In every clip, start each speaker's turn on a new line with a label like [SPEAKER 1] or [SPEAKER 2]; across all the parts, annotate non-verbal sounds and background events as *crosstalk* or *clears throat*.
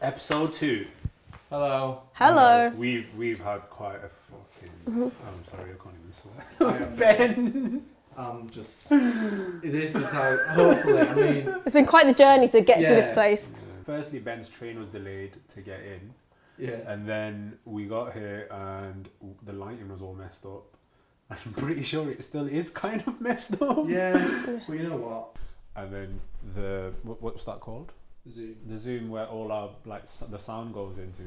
[SPEAKER 1] Episode two.
[SPEAKER 2] Hello.
[SPEAKER 3] Hello.
[SPEAKER 1] We've we've had quite a fucking. I'm sorry, I can't even swear.
[SPEAKER 2] I am *laughs* Ben. I'm just. This is how. Hopefully, I mean.
[SPEAKER 3] It's been quite the journey to get to this
[SPEAKER 2] Yeah.
[SPEAKER 3] place.
[SPEAKER 1] Firstly, Ben's train was delayed to get in,
[SPEAKER 2] Yeah.
[SPEAKER 1] and then we got here and the lighting was all messed up. *laughs* I'm pretty sure it still is kind of messed up.
[SPEAKER 2] Yeah. Well, you know what?
[SPEAKER 1] And then the what, what's that called?
[SPEAKER 2] Zoom.
[SPEAKER 1] The Zoom where all our like s- the sound goes into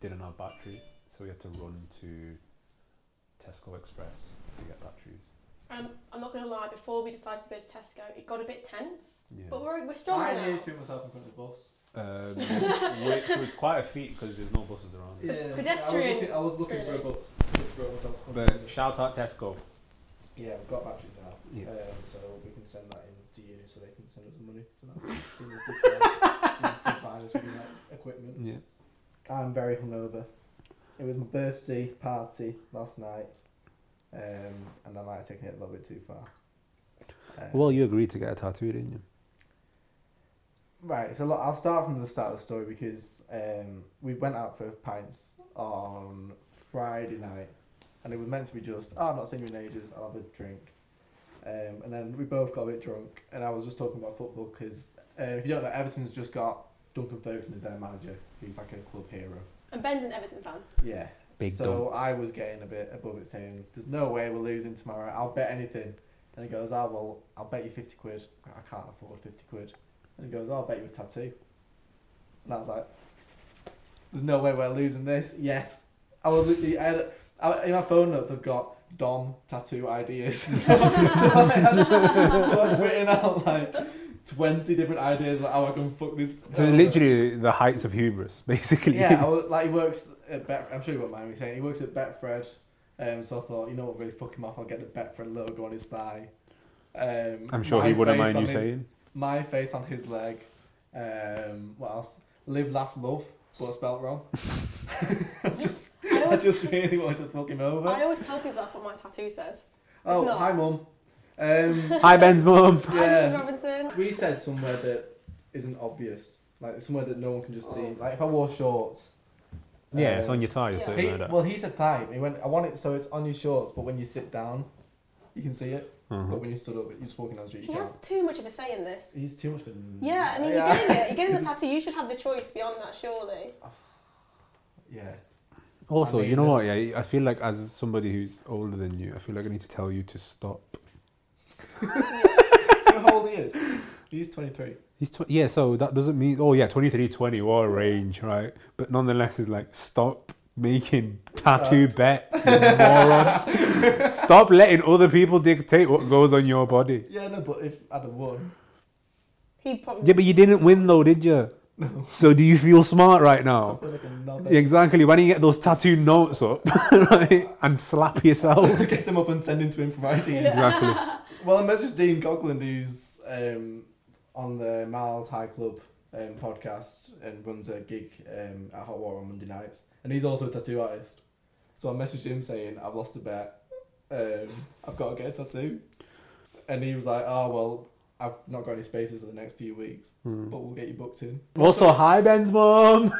[SPEAKER 1] didn't have battery, so we had to run to Tesco Express to get batteries.
[SPEAKER 4] Um, I'm not gonna lie. Before we decided to go to Tesco, it got a bit tense,
[SPEAKER 1] Yeah.
[SPEAKER 4] but we're we're stronger
[SPEAKER 2] I
[SPEAKER 4] now.
[SPEAKER 2] nearly threw myself in front of the bus.
[SPEAKER 1] Um, which was quite a feat because there's no buses around.
[SPEAKER 4] The
[SPEAKER 2] I was
[SPEAKER 4] pedestrian,
[SPEAKER 2] looking- I was looking,
[SPEAKER 4] really.
[SPEAKER 2] for a bus. to throw myself in front of
[SPEAKER 1] But shout out Tesco.
[SPEAKER 2] Yeah, we've got batteries now.
[SPEAKER 1] Yeah.
[SPEAKER 2] Um, so we can send that in to you so they can send us the money for that. Seeing as they can- they provide us with that equipment.
[SPEAKER 1] Yeah.
[SPEAKER 2] I'm very hungover. It was my birthday party last night, um, and I might have taken it a little bit too far. Um,
[SPEAKER 1] you agreed to get a tattoo, didn't you?
[SPEAKER 2] right, so look, I'll start from the start of the story because um, we went out for pints on Friday night, and it was meant to be just, oh, I'm not seeing you in ages, I'll have a drink. Um, and then we both got a bit drunk, and I was just talking about football because uh, if you don't know, Everton's just got Duncan Ferguson as their manager, who's like a club hero.
[SPEAKER 4] And Ben's an Everton fan.
[SPEAKER 2] Yeah.
[SPEAKER 1] Big
[SPEAKER 2] so
[SPEAKER 1] dunks.
[SPEAKER 2] I was getting a bit above it, saying, "There's no way we're losing tomorrow. I'll bet anything." And he goes, "Oh well, I'll bet you fifty quid. I can't afford fifty quid." And he goes, "I'll bet you a tattoo." And I was like, "There's no way we're losing this." Yes, I was literally. I had, I, in my phone notes, I've got Dom tattoo ideas. *laughs* so, so I had, so I'd written out like twenty different ideas like how I can fuck this.
[SPEAKER 1] So
[SPEAKER 2] up.
[SPEAKER 1] literally the heights of hubris, *laughs* basically.
[SPEAKER 2] Yeah, I was, like he works at Bet. I'm sure you won't mind me saying he works at Betfred. Um, so I thought, you know what, really fuck him off. I'll get the Betfred logo on his thigh. Um,
[SPEAKER 1] I'm sure
[SPEAKER 2] my
[SPEAKER 1] he wouldn't
[SPEAKER 2] face
[SPEAKER 1] mind
[SPEAKER 2] on
[SPEAKER 1] you
[SPEAKER 2] his-
[SPEAKER 1] saying.
[SPEAKER 2] my face on his leg. Um, what else? Live, laugh, love, but
[SPEAKER 1] *laughs*
[SPEAKER 2] spelt wrong. *laughs* just,
[SPEAKER 4] I
[SPEAKER 2] I
[SPEAKER 4] always,
[SPEAKER 2] just really wanted to fuck him over.
[SPEAKER 4] *laughs* I always tell people that's what my tattoo says.
[SPEAKER 2] oh,
[SPEAKER 4] not.
[SPEAKER 2] hi, mum.
[SPEAKER 4] *laughs*
[SPEAKER 2] Um,
[SPEAKER 1] Hi, Ben's *laughs* mum.
[SPEAKER 4] Hi,
[SPEAKER 2] Yeah.
[SPEAKER 4] Mrs. Robinson.
[SPEAKER 2] we said somewhere that isn't obvious, like somewhere that no one can just
[SPEAKER 4] Oh.
[SPEAKER 2] see. Like if I wore shorts.
[SPEAKER 1] Yeah, it's
[SPEAKER 2] um,
[SPEAKER 1] on your thigh or
[SPEAKER 4] Yeah.
[SPEAKER 1] something
[SPEAKER 2] He,
[SPEAKER 1] like that.
[SPEAKER 2] well, he said thigh. He went, I want it so it's on your shorts, but when you sit down, you can see it.
[SPEAKER 1] Uh-huh.
[SPEAKER 2] But when you stood up, you're just walking down the street, you
[SPEAKER 4] He has
[SPEAKER 2] can't.
[SPEAKER 4] too much of a say in this.
[SPEAKER 2] He's too much of a.
[SPEAKER 4] Yeah, I mean, you're
[SPEAKER 2] yeah.
[SPEAKER 4] getting it. You're getting the tattoo. You should have the choice beyond that, surely.
[SPEAKER 2] *laughs* Yeah.
[SPEAKER 1] Also,
[SPEAKER 2] I mean,
[SPEAKER 1] you know
[SPEAKER 2] this-
[SPEAKER 1] what? Yeah, I feel like as somebody who's older than you, I feel like I need to tell you to stop.
[SPEAKER 2] How old he is? He's 23.
[SPEAKER 1] He's tw- yeah, so that doesn't mean. Oh yeah, 23, 20, what a range, right? But nonetheless, it's like stop making tattoo bets, you moron. stop letting other people dictate what goes on your body.
[SPEAKER 2] Yeah, no, but if I'd have won,
[SPEAKER 4] He probably.
[SPEAKER 1] Yeah, but you didn't win though, did you? No. So do you feel smart right
[SPEAKER 2] I
[SPEAKER 1] now?
[SPEAKER 2] feel
[SPEAKER 1] *laughs*
[SPEAKER 2] like another.
[SPEAKER 1] Exactly. Why don't you get those tattoo notes up *laughs* right, and slap yourself?
[SPEAKER 2] *laughs* Get them up and send them to him from my
[SPEAKER 4] *laughs*
[SPEAKER 2] team.
[SPEAKER 1] Exactly.
[SPEAKER 2] Well, I messaged Dean Gogland, who's um, on the Mild High Club um, podcast and runs a gig um, at Hot Water on Monday nights, and he's also a tattoo artist. So I messaged him saying, "I've lost a bet. Um, I've got to get a tattoo," and he was like, "Oh well, I've not got any spaces for the next few weeks,
[SPEAKER 1] Hmm.
[SPEAKER 2] but we'll get you booked in."
[SPEAKER 1] Also, hi Ben's mom.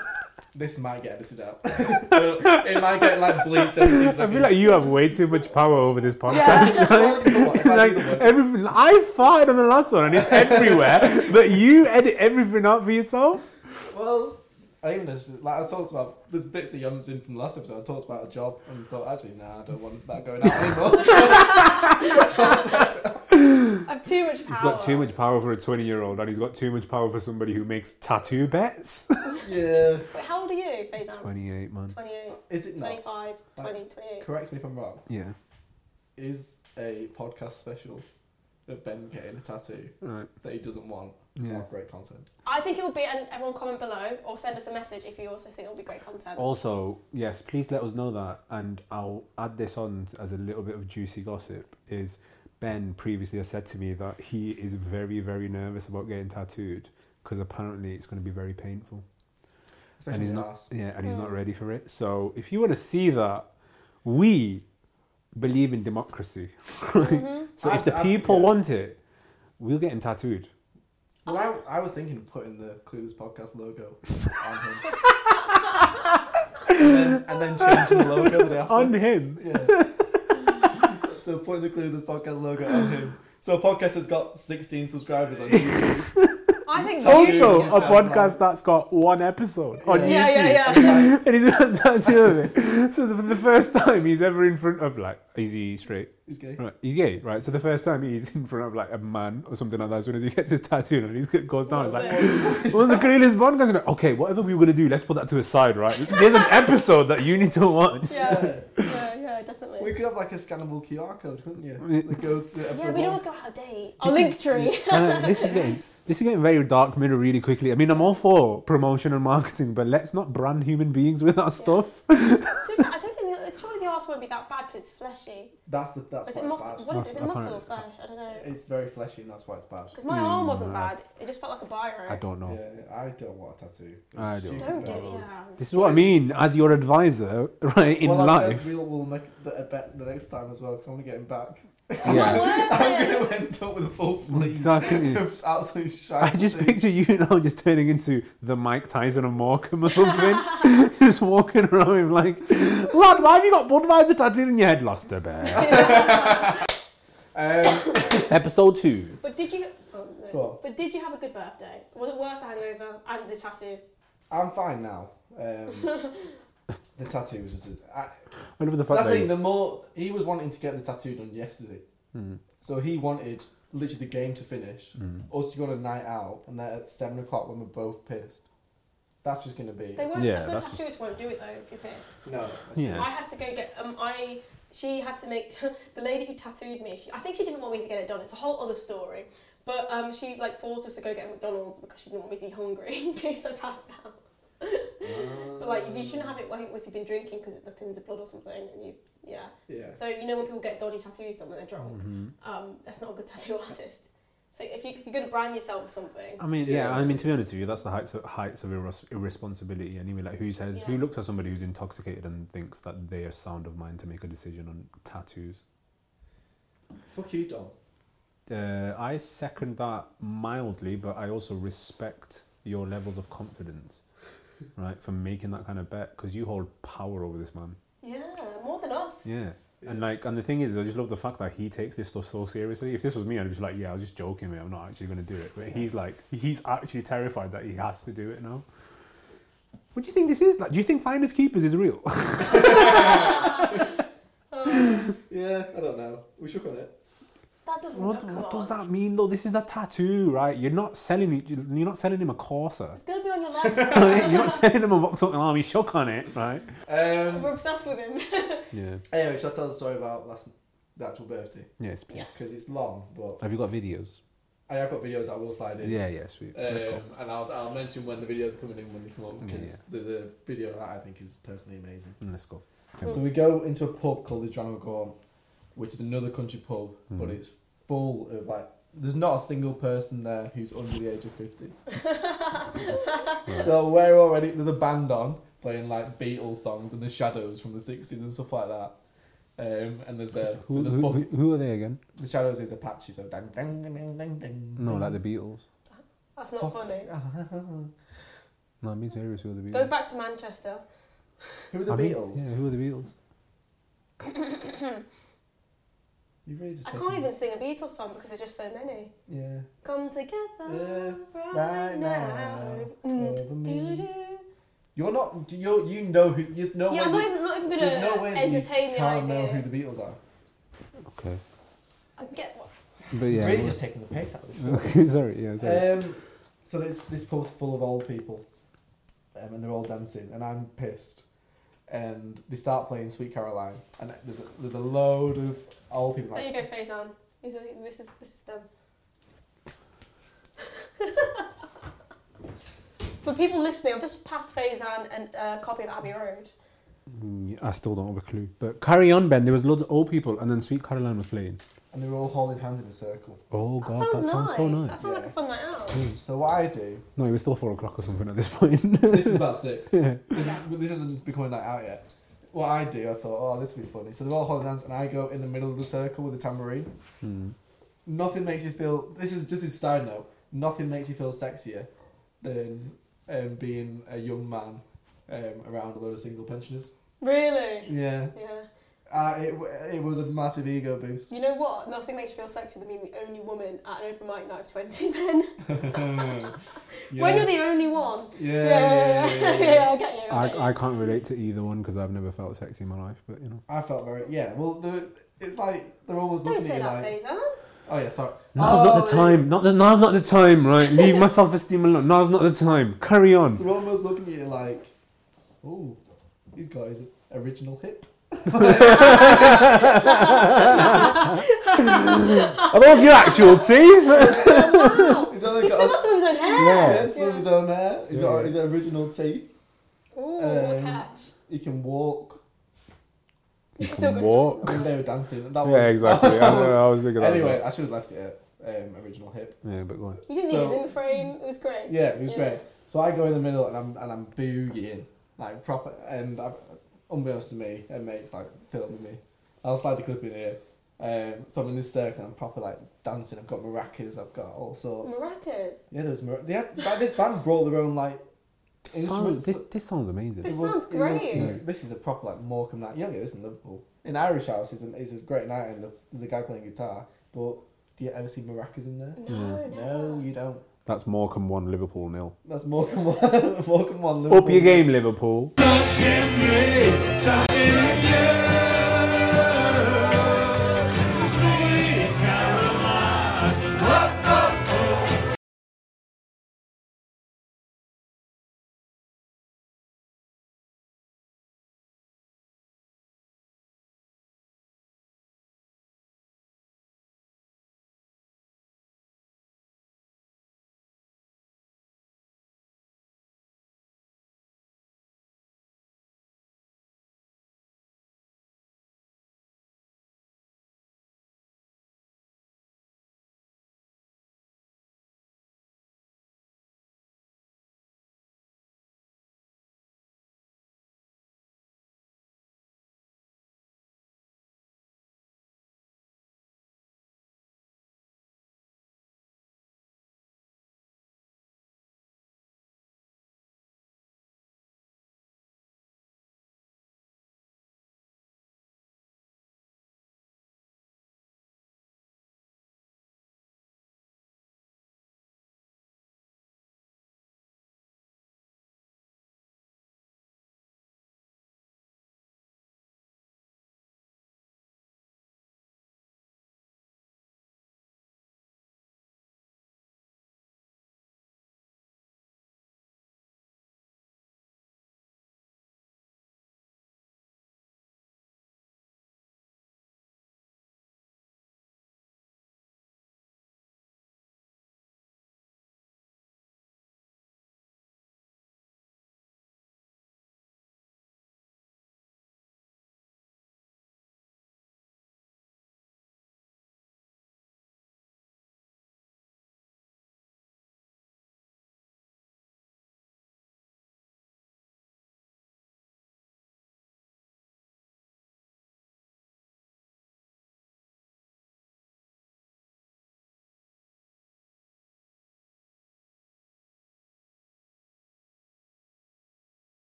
[SPEAKER 2] This might get edited out. *laughs* it might get like bleeped. every
[SPEAKER 1] *laughs* I feel
[SPEAKER 2] second.
[SPEAKER 1] like you have way too much power over this podcast.
[SPEAKER 2] Well, you know what, if I
[SPEAKER 1] *laughs*
[SPEAKER 2] do
[SPEAKER 1] like
[SPEAKER 2] the worst-
[SPEAKER 1] everything. I farted on the last one, and it's everywhere. *laughs* but you edit everything out for yourself.
[SPEAKER 2] Well, I even just, like I talked about there's bits that you haven't seen from the last episode. I talked about a job and thought actually, nah, I don't want that going out anymore.
[SPEAKER 4] *laughs* I have too much power.
[SPEAKER 1] He's got too much power for a twenty-year-old, and he's got too much power for somebody who makes tattoo bets.
[SPEAKER 2] *laughs* yeah,
[SPEAKER 4] Wait, how old are you, Faison?
[SPEAKER 1] *laughs* Twenty-eight, man.
[SPEAKER 4] 28,
[SPEAKER 2] is it not?
[SPEAKER 4] 25, 20, 28.
[SPEAKER 2] Correct me if I'm wrong.
[SPEAKER 1] Yeah.
[SPEAKER 2] Is a podcast special of Ben getting a tattoo
[SPEAKER 1] Right.
[SPEAKER 2] that he doesn't want?
[SPEAKER 1] Yeah.
[SPEAKER 2] Not great content.
[SPEAKER 4] I think it'll be, and everyone comment below or send us a message if you also think it'll be great content.
[SPEAKER 1] Oh. Also, yes, please let us know that, and I'll add this on as a little bit of juicy gossip. Is Ben previously has said to me that he is very, very nervous about getting tattooed because apparently it's going to be very painful.
[SPEAKER 2] Especially
[SPEAKER 1] he's
[SPEAKER 2] the
[SPEAKER 1] not-
[SPEAKER 2] arse.
[SPEAKER 1] Yeah, and he's not
[SPEAKER 5] Hmm.
[SPEAKER 4] Mm.
[SPEAKER 1] ready for it. So if you want to see that, we believe in democracy. *laughs*
[SPEAKER 4] Mhm.
[SPEAKER 1] So if
[SPEAKER 5] Mm-hmm.
[SPEAKER 2] I've-
[SPEAKER 1] the
[SPEAKER 2] I've-
[SPEAKER 1] people
[SPEAKER 2] yeah.
[SPEAKER 1] want it, we'll get him tattooed.
[SPEAKER 2] Well, I, I was thinking of putting the Clueless podcast logo on him. *laughs* and, then, and then changing the logo the day after.
[SPEAKER 1] On him.
[SPEAKER 2] Yeah. *laughs* so putting the Clueless podcast logo on him. So a podcast that's got 16 subscribers on YouTube.
[SPEAKER 5] I think
[SPEAKER 2] So-
[SPEAKER 5] you,
[SPEAKER 1] Also,
[SPEAKER 2] Yeah.
[SPEAKER 1] a podcast that's got one episode on YouTube.
[SPEAKER 5] Yeah, yeah, yeah.
[SPEAKER 2] Like,
[SPEAKER 1] And he's got that to do with it. So the, the first time he's ever in front of like, is he straight?
[SPEAKER 2] he's gay.
[SPEAKER 1] Right, he's gay, right? So the first time he's in front of like a man or something like that, as soon as he gets his tattoo and he goes down,
[SPEAKER 4] What's
[SPEAKER 1] it's like,
[SPEAKER 2] *laughs*
[SPEAKER 4] this?
[SPEAKER 1] well, the Cornelius Bond guys, are like, okay, whatever we were gonna do, let's put that to the side, right? There's an episode that you need to watch.
[SPEAKER 4] yeah, yeah, yeah, definitely.
[SPEAKER 2] We could have like a scannable QR code, couldn't you?
[SPEAKER 1] Yeah.
[SPEAKER 2] That goes to episode
[SPEAKER 4] yeah, we'd
[SPEAKER 2] one.
[SPEAKER 4] always go out of date.
[SPEAKER 1] This
[SPEAKER 4] Our link
[SPEAKER 1] is-
[SPEAKER 4] tree.
[SPEAKER 1] *laughs* Uh, this is getting this is getting very dark minute really quickly. I mean, I'm all for promotion and marketing, but let's not brand human beings with our stuff.
[SPEAKER 4] *laughs* To be fair, I don't think the, surely the arse won't be that bad because it's fleshy.
[SPEAKER 2] That's the that's
[SPEAKER 4] Or is
[SPEAKER 2] why
[SPEAKER 4] it
[SPEAKER 2] it's
[SPEAKER 4] muscle?
[SPEAKER 2] bad.
[SPEAKER 4] What is it? Is it muscle or
[SPEAKER 1] Apparently-
[SPEAKER 4] flesh? I don't know.
[SPEAKER 2] It's very fleshy, and that's why it's bad.
[SPEAKER 4] Because my
[SPEAKER 1] Mm,
[SPEAKER 4] arm wasn't
[SPEAKER 1] nah.
[SPEAKER 4] bad. It just felt like a
[SPEAKER 1] I
[SPEAKER 4] biro.
[SPEAKER 1] don't know.
[SPEAKER 2] Yeah, I don't want a tattoo. It's
[SPEAKER 1] I don't.
[SPEAKER 2] stupid,
[SPEAKER 4] Don't do
[SPEAKER 2] no.
[SPEAKER 4] it. Yeah.
[SPEAKER 1] This is what I mean as your advisor, right? In
[SPEAKER 2] well, I said
[SPEAKER 1] life,
[SPEAKER 2] we'll, we'll make the, a bet the next time as well because I want to get him
[SPEAKER 4] *laughs*
[SPEAKER 2] back.
[SPEAKER 1] yeah.
[SPEAKER 2] I'm going to end up with a full sleeve
[SPEAKER 1] Exactly.
[SPEAKER 2] of absolute shite.
[SPEAKER 1] I just
[SPEAKER 2] thing.
[SPEAKER 1] picture you now just turning into the Mike Tyson of Morecambe or
[SPEAKER 2] *laughs*
[SPEAKER 1] something. just walking around with like, lad, why have you got Budweiser tattooed in your head, Loster Bear?
[SPEAKER 2] Um,
[SPEAKER 1] Episode 2.
[SPEAKER 4] *laughs* But did you? Oh,
[SPEAKER 2] Go on.
[SPEAKER 4] no. But did you have a good birthday? Was it worth the hangover and the tattoo?
[SPEAKER 2] I'm fine now. Um, *laughs* the tattoo was just. A, I,
[SPEAKER 1] Whatever the fuck
[SPEAKER 2] that's the
[SPEAKER 1] that
[SPEAKER 2] thing.
[SPEAKER 1] is.
[SPEAKER 2] The more he was wanting to get the tattoo done yesterday,
[SPEAKER 1] Mm.
[SPEAKER 2] so he wanted literally the game to finish,
[SPEAKER 1] Mm.
[SPEAKER 2] us to go on a night out, and then at seven o'clock when we're both pissed, that's just going to be.
[SPEAKER 4] They won't.
[SPEAKER 1] Yeah,
[SPEAKER 4] a good
[SPEAKER 1] that's
[SPEAKER 4] tattooist won't do it though if you're pissed.
[SPEAKER 2] No. that's-
[SPEAKER 1] Yeah.
[SPEAKER 4] I had to go get. Um, I. She had to make *laughs* the lady who tattooed me. She, I think she didn't want me to get it done. It's a whole other story. But um, she like forced us to go get McDonald's because she didn't want me to be hungry *laughs* in case I passed out. But like you shouldn't have it. I think if you've been drinking because the thins of blood or something, and you yeah.
[SPEAKER 2] Yeah.
[SPEAKER 4] So you know when people get dodgy tattoos done when they're drunk,
[SPEAKER 1] Mhm.
[SPEAKER 4] um, that's not a good tattoo artist. So if, you, if you're gonna brand yourself with something,
[SPEAKER 1] I mean, yeah,
[SPEAKER 2] Yeah.
[SPEAKER 1] I mean, to be honest with you, that's the heights of, heights of irres- irresponsibility anyway. Like, who says, who
[SPEAKER 4] Yeah.
[SPEAKER 1] looks at somebody who's intoxicated and thinks that they are sound of mind to make a decision on tattoos?
[SPEAKER 2] Fuck you, Dom.
[SPEAKER 1] Uh, I second that mildly, but I also respect your levels of confidence, right, for making that kind of bet because you hold power over this man.
[SPEAKER 4] yeah, more than us.
[SPEAKER 1] Yeah. And like, and the thing is, I just love the fact that he takes this stuff so seriously. If this was me, I'd be like, yeah, I was just joking, mate. I'm not actually going to do it. But he's like, he's actually terrified that he has to do it now. What do you think this is? Like, do you think Finders Keepers is real?
[SPEAKER 2] Yeah, I don't know. We shook on it.
[SPEAKER 4] *laughs* That doesn't.
[SPEAKER 1] what
[SPEAKER 4] come
[SPEAKER 1] what
[SPEAKER 4] on.
[SPEAKER 1] does that mean though? This is a tattoo, right? You're not selling it. You're not selling him a Corsa.
[SPEAKER 4] *laughs* It's gonna be on your life.
[SPEAKER 1] *laughs* You're not selling him a Vauxhall Army shook on it, right?
[SPEAKER 2] Um,
[SPEAKER 4] We're obsessed with him.
[SPEAKER 1] Yeah.
[SPEAKER 2] anyway, should I tell the story about last the actual birthday?
[SPEAKER 1] Yes,
[SPEAKER 4] please. Yes.
[SPEAKER 2] Because it's long, but
[SPEAKER 1] Have you got videos?
[SPEAKER 2] I have got videos I will slide in.
[SPEAKER 1] Yeah, yeah, sweet. Let's go.
[SPEAKER 2] Um, and I'll, I'll mention when the videos are coming in when they come on
[SPEAKER 1] Okay,
[SPEAKER 2] because there's a video that I think is personally amazing.
[SPEAKER 1] Mm, Let's go.
[SPEAKER 2] So we go into a pub called the Dromagorn, which is another country pub, but
[SPEAKER 1] Mhm.
[SPEAKER 2] it's full of like there's not a single person there who's under the age of *laughs* fifty. So we're already there's a band on playing like Beatles songs and the Shadows from the sixties and stuff like that. Um, and there's a
[SPEAKER 1] Who,
[SPEAKER 2] there's a
[SPEAKER 1] who,
[SPEAKER 2] book.
[SPEAKER 1] who, who are they again?
[SPEAKER 2] The Shadows is Apache, so dang dang dang dang dang.
[SPEAKER 1] No, like the Beatles.
[SPEAKER 4] That's not
[SPEAKER 2] Fuck.
[SPEAKER 4] funny.
[SPEAKER 1] No, I'm being serious. Who are the Beatles?
[SPEAKER 4] Go back to Manchester.
[SPEAKER 2] *laughs*
[SPEAKER 4] *coughs*
[SPEAKER 2] Who are the
[SPEAKER 1] I mean,
[SPEAKER 2] Beatles?
[SPEAKER 1] yeah, who are the Beatles?
[SPEAKER 2] You really just
[SPEAKER 4] I
[SPEAKER 2] taking
[SPEAKER 4] can't even
[SPEAKER 2] this-
[SPEAKER 4] sing a Beatles song because there's just so many.
[SPEAKER 2] Yeah.
[SPEAKER 4] Come together right,
[SPEAKER 2] right
[SPEAKER 4] now.
[SPEAKER 2] now,
[SPEAKER 4] Mm,
[SPEAKER 2] over me.
[SPEAKER 4] doo-doo.
[SPEAKER 2] You're not. You you know who you know.
[SPEAKER 4] yeah,
[SPEAKER 2] when
[SPEAKER 4] I'm
[SPEAKER 2] you-
[SPEAKER 4] not even, not even gonna
[SPEAKER 2] There's no way that you
[SPEAKER 4] entertain the
[SPEAKER 2] can't know
[SPEAKER 4] idea.
[SPEAKER 2] who the Beatles are.
[SPEAKER 1] Okay.
[SPEAKER 4] I get what.
[SPEAKER 1] But yeah.
[SPEAKER 2] really
[SPEAKER 1] well-
[SPEAKER 2] just taking the piss out of this stuff.
[SPEAKER 1] okay, *laughs* sorry, yeah, sorry.
[SPEAKER 2] um, so this this pub's full of old people, um, and they're all dancing, and I'm pissed, and they start playing Sweet Caroline, and there's a, there's a load of old people.
[SPEAKER 4] There
[SPEAKER 2] Like,
[SPEAKER 4] you go, Faison. These are, this is this is them. *laughs* For people listening, I've just passed Faison and a copy of Abbey Road.
[SPEAKER 1] Mm, I still don't have a clue. But carry on, Ben. There was loads of old people, and then Sweet Caroline was playing.
[SPEAKER 2] and they were all holding hands in a circle.
[SPEAKER 1] Oh
[SPEAKER 4] That
[SPEAKER 1] god, that
[SPEAKER 4] sounds
[SPEAKER 1] sounds
[SPEAKER 4] nice.
[SPEAKER 1] so
[SPEAKER 4] That
[SPEAKER 1] nice.
[SPEAKER 4] sounds like
[SPEAKER 2] Yeah.
[SPEAKER 4] a fun night out.
[SPEAKER 2] So what I do,
[SPEAKER 1] No, it was still four o'clock or something at this point. *laughs*
[SPEAKER 2] this is about six.
[SPEAKER 1] yeah.
[SPEAKER 2] This, is, this isn't becoming that out yet. What I do, I thought, oh, this would be funny. So they're all holding hands, and I go in the middle of the circle with a tambourine.
[SPEAKER 1] Mm.
[SPEAKER 2] Nothing makes you feel. This is just a side note. nothing makes you feel sexier than um, being a young man um, around a load of single pensioners.
[SPEAKER 4] Really?
[SPEAKER 2] Yeah,
[SPEAKER 4] Yeah.
[SPEAKER 2] uh, it w- it was a massive ego boost.
[SPEAKER 4] You know what? Nothing makes you feel sexier than being the only woman at an open mic night of 20 *laughs* men. When
[SPEAKER 2] *laughs* Yeah.
[SPEAKER 4] you're the only one.
[SPEAKER 2] Yeah,
[SPEAKER 4] yeah,
[SPEAKER 2] yeah, yeah, yeah.
[SPEAKER 4] I get you. I, get you.
[SPEAKER 1] I, I can't relate to either one because I've never felt sexy in my life, but you know.
[SPEAKER 2] I felt very yeah. Well, the, it's like they're almost
[SPEAKER 4] Don't
[SPEAKER 2] looking
[SPEAKER 4] say
[SPEAKER 2] at you
[SPEAKER 4] that,
[SPEAKER 2] like,
[SPEAKER 4] Faisal.
[SPEAKER 2] oh yeah, sorry.
[SPEAKER 1] Now's not the
[SPEAKER 2] Oh,
[SPEAKER 1] time. Not the, now's not the time, right? Leave my self esteem alone. Now's not the time. Carry on.
[SPEAKER 2] *laughs* They're almost looking at you like, oh, these guys are original hip. *laughs*
[SPEAKER 4] *laughs*
[SPEAKER 1] Are those your actual *laughs* teeth?
[SPEAKER 4] wow.
[SPEAKER 2] He's only
[SPEAKER 4] He's
[SPEAKER 2] got a,
[SPEAKER 4] still got some of his own hair.
[SPEAKER 1] Yeah.
[SPEAKER 2] *laughs* yeah, some of his own hair. He's got his original teeth.
[SPEAKER 4] Ooh, what a
[SPEAKER 2] Um,
[SPEAKER 4] catch.
[SPEAKER 2] He can walk.
[SPEAKER 1] You
[SPEAKER 4] He's still
[SPEAKER 1] can
[SPEAKER 4] got-
[SPEAKER 1] walk.
[SPEAKER 2] I mean, they were dancing. and That was,
[SPEAKER 1] Yeah,
[SPEAKER 2] *laughs*
[SPEAKER 1] exactly. I,
[SPEAKER 2] that was-
[SPEAKER 1] know, I was thinking that.
[SPEAKER 2] anyway, I should have left it at um, original hip.
[SPEAKER 1] Yeah, but go on.
[SPEAKER 4] You didn't
[SPEAKER 2] So-
[SPEAKER 4] need his in frame. It was great.
[SPEAKER 2] Yeah, it was
[SPEAKER 4] Yeah.
[SPEAKER 2] great. So I go in the middle and I'm and I'm boogieing like proper. And I, unbeknownst to me, and mates like filming me. I'll slide the clip in here. Um, so I'm in this circle. and I'm proper like dancing. I've got maracas. I've got all sorts.
[SPEAKER 4] Maracas.
[SPEAKER 2] Yeah, there was mar- they had, like, this band brought their own like
[SPEAKER 1] Sound,
[SPEAKER 2] instruments.
[SPEAKER 1] this, this sounds amazing.
[SPEAKER 4] This
[SPEAKER 2] It was-
[SPEAKER 4] sounds
[SPEAKER 2] it was-
[SPEAKER 4] great.
[SPEAKER 1] Yeah.
[SPEAKER 2] this is a proper like Morecambe night. You don't get this in Liverpool. In Irish House is a, is a great night, and the, there's a guy playing guitar. But do you ever see maracas in there?
[SPEAKER 4] No,
[SPEAKER 2] No,
[SPEAKER 4] no.
[SPEAKER 2] you don't.
[SPEAKER 1] That's Morecambe 1, Liverpool nil.
[SPEAKER 2] That's Morecambe one. *laughs* Morecambe one.
[SPEAKER 1] Up
[SPEAKER 2] Liverpool
[SPEAKER 1] your game, Liverpool.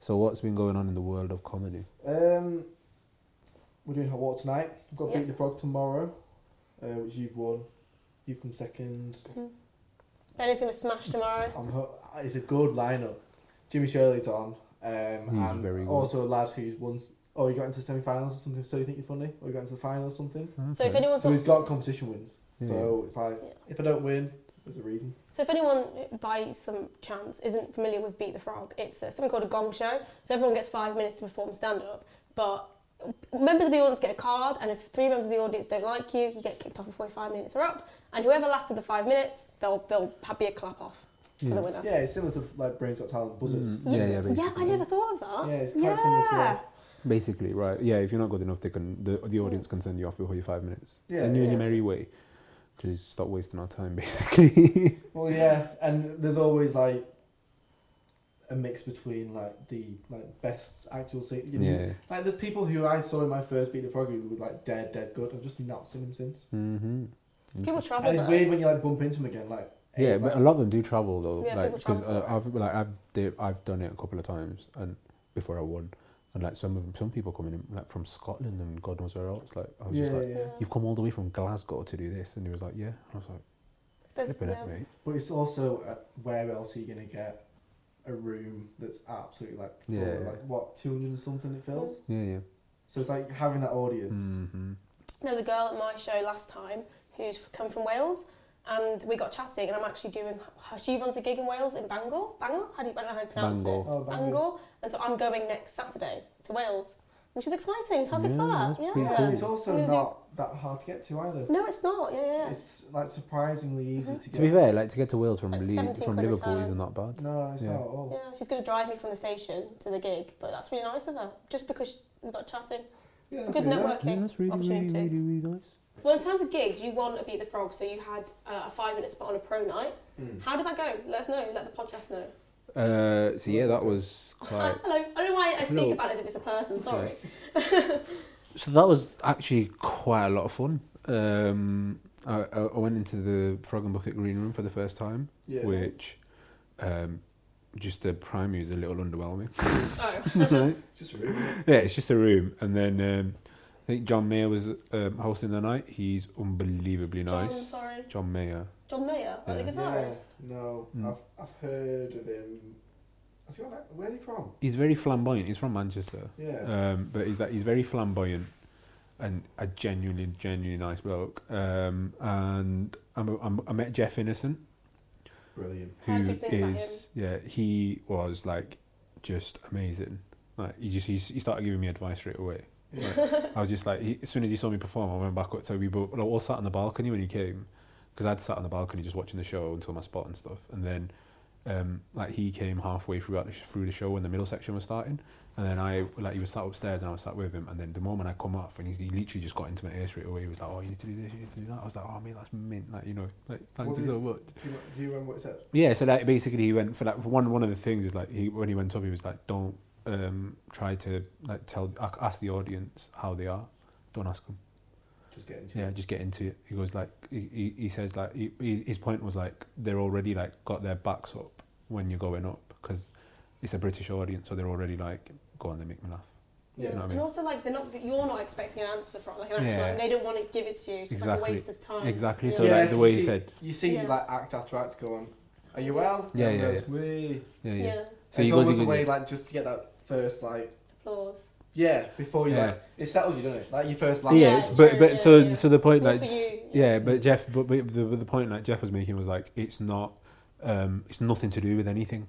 [SPEAKER 1] So what's been going on in the world of comedy?
[SPEAKER 2] Um, we're doing hot water tonight. I've got
[SPEAKER 4] Yeah.
[SPEAKER 2] beat the frog tomorrow, uh, which you've won. You've come second.
[SPEAKER 4] Ben is going to Mm-hmm. smash tomorrow.
[SPEAKER 2] I'm ho- it's a good lineup. Jimmy Shirley's on. Um,
[SPEAKER 1] He's
[SPEAKER 2] and
[SPEAKER 1] very good.
[SPEAKER 2] also a lad who's won. s- Oh, he got into semi-finals or something. So you think you're funny, or you got into the finals or something.
[SPEAKER 4] So if
[SPEAKER 1] Okay.
[SPEAKER 4] anyone's
[SPEAKER 2] So
[SPEAKER 4] not,
[SPEAKER 2] he's got competition wins. So it's like
[SPEAKER 4] Yeah.
[SPEAKER 2] if I don't win, there's a reason.
[SPEAKER 4] so if anyone by some chance isn't familiar with Beat the Frog, it's uh, something called a gong show. So everyone gets five minutes to perform stand up, but members of the audience get a card, and if three members of the audience don't like you, you get kicked off before your five minutes are up. And whoever lasted the five minutes, they'll they'll have be a clap off for
[SPEAKER 1] Yeah.
[SPEAKER 4] the winner.
[SPEAKER 2] Yeah, it's similar to like Brains Got Talent buzzers.
[SPEAKER 1] Mm, yeah, yeah,
[SPEAKER 4] yeah,
[SPEAKER 1] basically.
[SPEAKER 4] I never thought of that.
[SPEAKER 2] Yeah, it's quite similar to uh,
[SPEAKER 4] Yeah.
[SPEAKER 2] that.
[SPEAKER 1] Basically, right? Yeah, if you're not good enough, they can the, the audience can send you off before your five minutes.
[SPEAKER 2] Yeah.
[SPEAKER 1] send you in
[SPEAKER 4] Yeah.
[SPEAKER 1] a merry way. Because stop wasting our time, *laughs* basically.
[SPEAKER 2] Well, yeah, and there's always like a mix between like the like best actual singing.
[SPEAKER 1] yeah.
[SPEAKER 2] Like there's people who I saw in my first Beat the Frog who were like dead, dead good. I've just not seen them since.
[SPEAKER 1] Mm-hmm.
[SPEAKER 4] People travel.
[SPEAKER 2] And it's
[SPEAKER 4] though.
[SPEAKER 2] weird when you like bump into them again. Like
[SPEAKER 1] Yeah,
[SPEAKER 2] hey,
[SPEAKER 1] but a
[SPEAKER 2] like,
[SPEAKER 1] lot of them do travel though.
[SPEAKER 4] Yeah,
[SPEAKER 1] like,
[SPEAKER 4] people
[SPEAKER 1] because
[SPEAKER 4] travel.
[SPEAKER 1] uh, I've like I've did, I've done it a couple of times and before I won, and like some of them, some people coming in like from Scotland and God knows where else. Like I was
[SPEAKER 2] yeah,
[SPEAKER 1] just like,
[SPEAKER 2] yeah.
[SPEAKER 4] Yeah.
[SPEAKER 1] you've come all the way from Glasgow to do this, and he was like, yeah. I was like,
[SPEAKER 4] There's-
[SPEAKER 1] flipping
[SPEAKER 4] yeah.
[SPEAKER 1] it, mate.
[SPEAKER 2] But it's also uh, where else are you gonna get a room that's absolutely like full,
[SPEAKER 1] Yeah.
[SPEAKER 2] like what two hundred and something it
[SPEAKER 4] Mm.
[SPEAKER 2] fills.
[SPEAKER 1] Yeah, yeah.
[SPEAKER 2] So it's like having that audience.
[SPEAKER 1] Mm-hmm.
[SPEAKER 4] No, the girl at my show last time who's f- come from Wales, and we got chatting, and I'm actually doing. her- She runs a gig in Wales in Bangor. Bangor? How do you, I don't know how you pronounce
[SPEAKER 1] Bangor.
[SPEAKER 2] Oh,
[SPEAKER 4] it.
[SPEAKER 2] banging.
[SPEAKER 4] Bangor. And so I'm going next Saturday to Wales, which is exciting. So how good's
[SPEAKER 1] Yeah,
[SPEAKER 4] that?
[SPEAKER 1] that's
[SPEAKER 4] Yeah.
[SPEAKER 1] pretty
[SPEAKER 2] Yeah,
[SPEAKER 1] cool.
[SPEAKER 2] it's also
[SPEAKER 4] We're gonna do-
[SPEAKER 2] not that hard to get to either.
[SPEAKER 4] No, it's not. Yeah, yeah. Mm-hmm. yeah.
[SPEAKER 2] It's like surprisingly easy to get.
[SPEAKER 1] To be fair, like to get to Wales from
[SPEAKER 4] Like
[SPEAKER 1] Le-
[SPEAKER 4] 17
[SPEAKER 1] from
[SPEAKER 4] quid a
[SPEAKER 1] Liverpool
[SPEAKER 4] time.
[SPEAKER 1] isn't that bad.
[SPEAKER 2] No, it's
[SPEAKER 1] Yeah.
[SPEAKER 2] not at all.
[SPEAKER 4] yeah, she's going to drive me from the station to the gig, but that's really nice of her, just because we got chatting.
[SPEAKER 2] Yeah,
[SPEAKER 4] It's a
[SPEAKER 2] that's
[SPEAKER 4] good
[SPEAKER 2] really nice.
[SPEAKER 4] network. Okay,
[SPEAKER 1] Yeah, that's really, really,
[SPEAKER 4] opportunity.
[SPEAKER 1] really, really nice.
[SPEAKER 4] Well, in terms of gigs, you won a Beat the Frog, so you had uh, a five minute spot on a pro night.
[SPEAKER 2] Mm.
[SPEAKER 4] How did that go? Let us know. Let the podcast know.
[SPEAKER 1] Uh, so yeah, that was quite.
[SPEAKER 4] *laughs* Hello. I don't know why I speak
[SPEAKER 1] Hello.
[SPEAKER 4] about it as if it's a person. Sorry.
[SPEAKER 1] So that was actually quite a lot of fun. Um, I, I I went into the Frog and Bucket Green Room for the first time,
[SPEAKER 2] Yeah.
[SPEAKER 1] which um, just the primary is a little underwhelming. *laughs*
[SPEAKER 4] Oh.
[SPEAKER 1] Right?
[SPEAKER 2] Just really.
[SPEAKER 1] yeah, it's just a room. And then um, I think John Mayer was um, hosting the night. He's unbelievably
[SPEAKER 4] John,
[SPEAKER 1] nice.
[SPEAKER 4] sorry.
[SPEAKER 1] John Mayer.
[SPEAKER 4] John Mayer, like
[SPEAKER 1] Yeah.
[SPEAKER 4] the
[SPEAKER 2] Yeah,
[SPEAKER 4] guitarist.
[SPEAKER 2] no,
[SPEAKER 1] Mm.
[SPEAKER 2] I've, I've heard of him. Has he got that? Where's he from?
[SPEAKER 1] He's very flamboyant. He's from Manchester.
[SPEAKER 2] Yeah.
[SPEAKER 1] Um, but he's that he's very flamboyant and a genuinely, genuinely nice bloke. Um, and I'm, I'm, I met Jeff Innocent,
[SPEAKER 2] Brilliant.
[SPEAKER 4] Heard
[SPEAKER 1] who
[SPEAKER 4] good things about
[SPEAKER 1] is yeah, he was like just amazing. Like he just he, he started giving me advice straight away.
[SPEAKER 2] Yeah.
[SPEAKER 1] I was just like, he, as soon as he saw me perform, I went back up. So we both, like, all sat on the balcony when he came, because I'd sat on the balcony just watching the show until my spot and stuff. And then, um, like he came halfway throughout the sh- through the show when the middle section was starting, and then I like he was sat upstairs and I was sat with him. And then the moment I come off, and he, he literally just got into my ear straight away. He was like, "Oh, you need to do this, you need to do that." I was like, "Oh, mate, that's mint." Like you know, like thank
[SPEAKER 2] What
[SPEAKER 1] you
[SPEAKER 2] is-
[SPEAKER 1] so much.
[SPEAKER 2] Do, you, do you remember what it said?
[SPEAKER 1] Yeah, so like basically he went for like for one one of the things is like he when he went up he was like don't um try to like tell ac- ask the audience how they are, don't ask them.
[SPEAKER 2] Just getting to
[SPEAKER 1] Yeah, just get into it. He goes like he he, he says like he, he, his point was like they're already like got their backs up when you're going up because it's a British audience so they're already like go on they make me laugh.
[SPEAKER 2] Yeah.
[SPEAKER 1] You know what I mean?
[SPEAKER 4] And also, like, they're not, you're not expecting an answer from, like, an actual,
[SPEAKER 1] Yeah.
[SPEAKER 4] and they don't want to give it to you. So It's like
[SPEAKER 1] Exactly.
[SPEAKER 4] a waste of time.
[SPEAKER 1] Exactly,
[SPEAKER 4] Oh, Yeah.
[SPEAKER 1] so, like, the way
[SPEAKER 2] you
[SPEAKER 1] he
[SPEAKER 2] see-
[SPEAKER 1] said-
[SPEAKER 2] You see,
[SPEAKER 4] Yeah.
[SPEAKER 2] like act after act go on. Are you well?
[SPEAKER 1] Yeah, yeah,
[SPEAKER 2] Goes, "Wee."
[SPEAKER 1] Yeah,
[SPEAKER 4] yeah.
[SPEAKER 1] yeah.
[SPEAKER 2] So
[SPEAKER 1] So he goes,
[SPEAKER 2] it's always
[SPEAKER 1] he
[SPEAKER 2] a
[SPEAKER 1] goes
[SPEAKER 2] way like just to get that first like
[SPEAKER 4] Applause.
[SPEAKER 2] yeah before you
[SPEAKER 1] Yeah.
[SPEAKER 2] like it settles you, doesn't it? Like your first laugh.
[SPEAKER 1] yeah,
[SPEAKER 4] Yeah,
[SPEAKER 1] it's-
[SPEAKER 4] it's
[SPEAKER 1] but
[SPEAKER 4] true,
[SPEAKER 1] but
[SPEAKER 4] yeah,
[SPEAKER 1] so
[SPEAKER 4] yeah.
[SPEAKER 1] so the point
[SPEAKER 4] It's more
[SPEAKER 1] like
[SPEAKER 4] for you,
[SPEAKER 1] yeah.
[SPEAKER 4] yeah.
[SPEAKER 1] but Jeff but, but the the point like Jeff was making was like it's not um it's nothing to do with anything,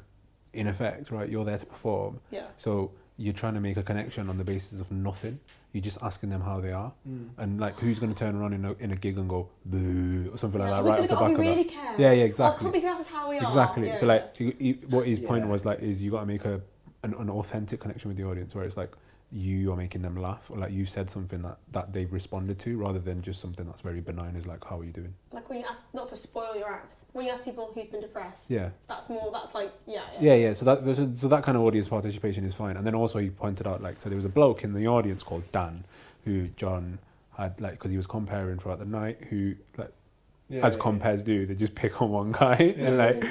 [SPEAKER 1] in effect, right? You're there to perform,
[SPEAKER 4] Yeah.
[SPEAKER 1] so you're trying to make a connection on the basis of nothing. You're just asking them how they are,
[SPEAKER 2] Mm.
[SPEAKER 1] and like who's going to turn around in a in a gig and go boo or something like
[SPEAKER 4] Yeah,
[SPEAKER 1] that,
[SPEAKER 4] we're
[SPEAKER 1] right? Off
[SPEAKER 4] gonna
[SPEAKER 1] the
[SPEAKER 4] go,
[SPEAKER 1] back
[SPEAKER 4] oh, we
[SPEAKER 1] of
[SPEAKER 4] really
[SPEAKER 1] that.
[SPEAKER 4] care.
[SPEAKER 1] Yeah, yeah,
[SPEAKER 4] Oh,
[SPEAKER 1] exactly,
[SPEAKER 4] can't be honest, that's how we are.
[SPEAKER 1] exactly.
[SPEAKER 4] Yeah,
[SPEAKER 1] so like you, you, what his point
[SPEAKER 2] Yeah.
[SPEAKER 1] was like is you got to make a an, an authentic connection with the audience where it's like you are making them laugh or like you've said something that that they've responded to rather than just something that's very benign is like how are you doing
[SPEAKER 4] like when you ask, not to spoil your act, when you ask people who's been depressed,
[SPEAKER 1] yeah
[SPEAKER 4] that's more, that's like, yeah, yeah.
[SPEAKER 1] yeah yeah so that so, so that kind of audience participation is fine and then also he pointed out like so there was a bloke in the audience called dan who john had like because he was comparing throughout the night who like
[SPEAKER 2] Yeah,
[SPEAKER 1] as
[SPEAKER 2] yeah,
[SPEAKER 1] compares do they just pick on one guy *laughs*
[SPEAKER 2] Yeah.
[SPEAKER 1] and like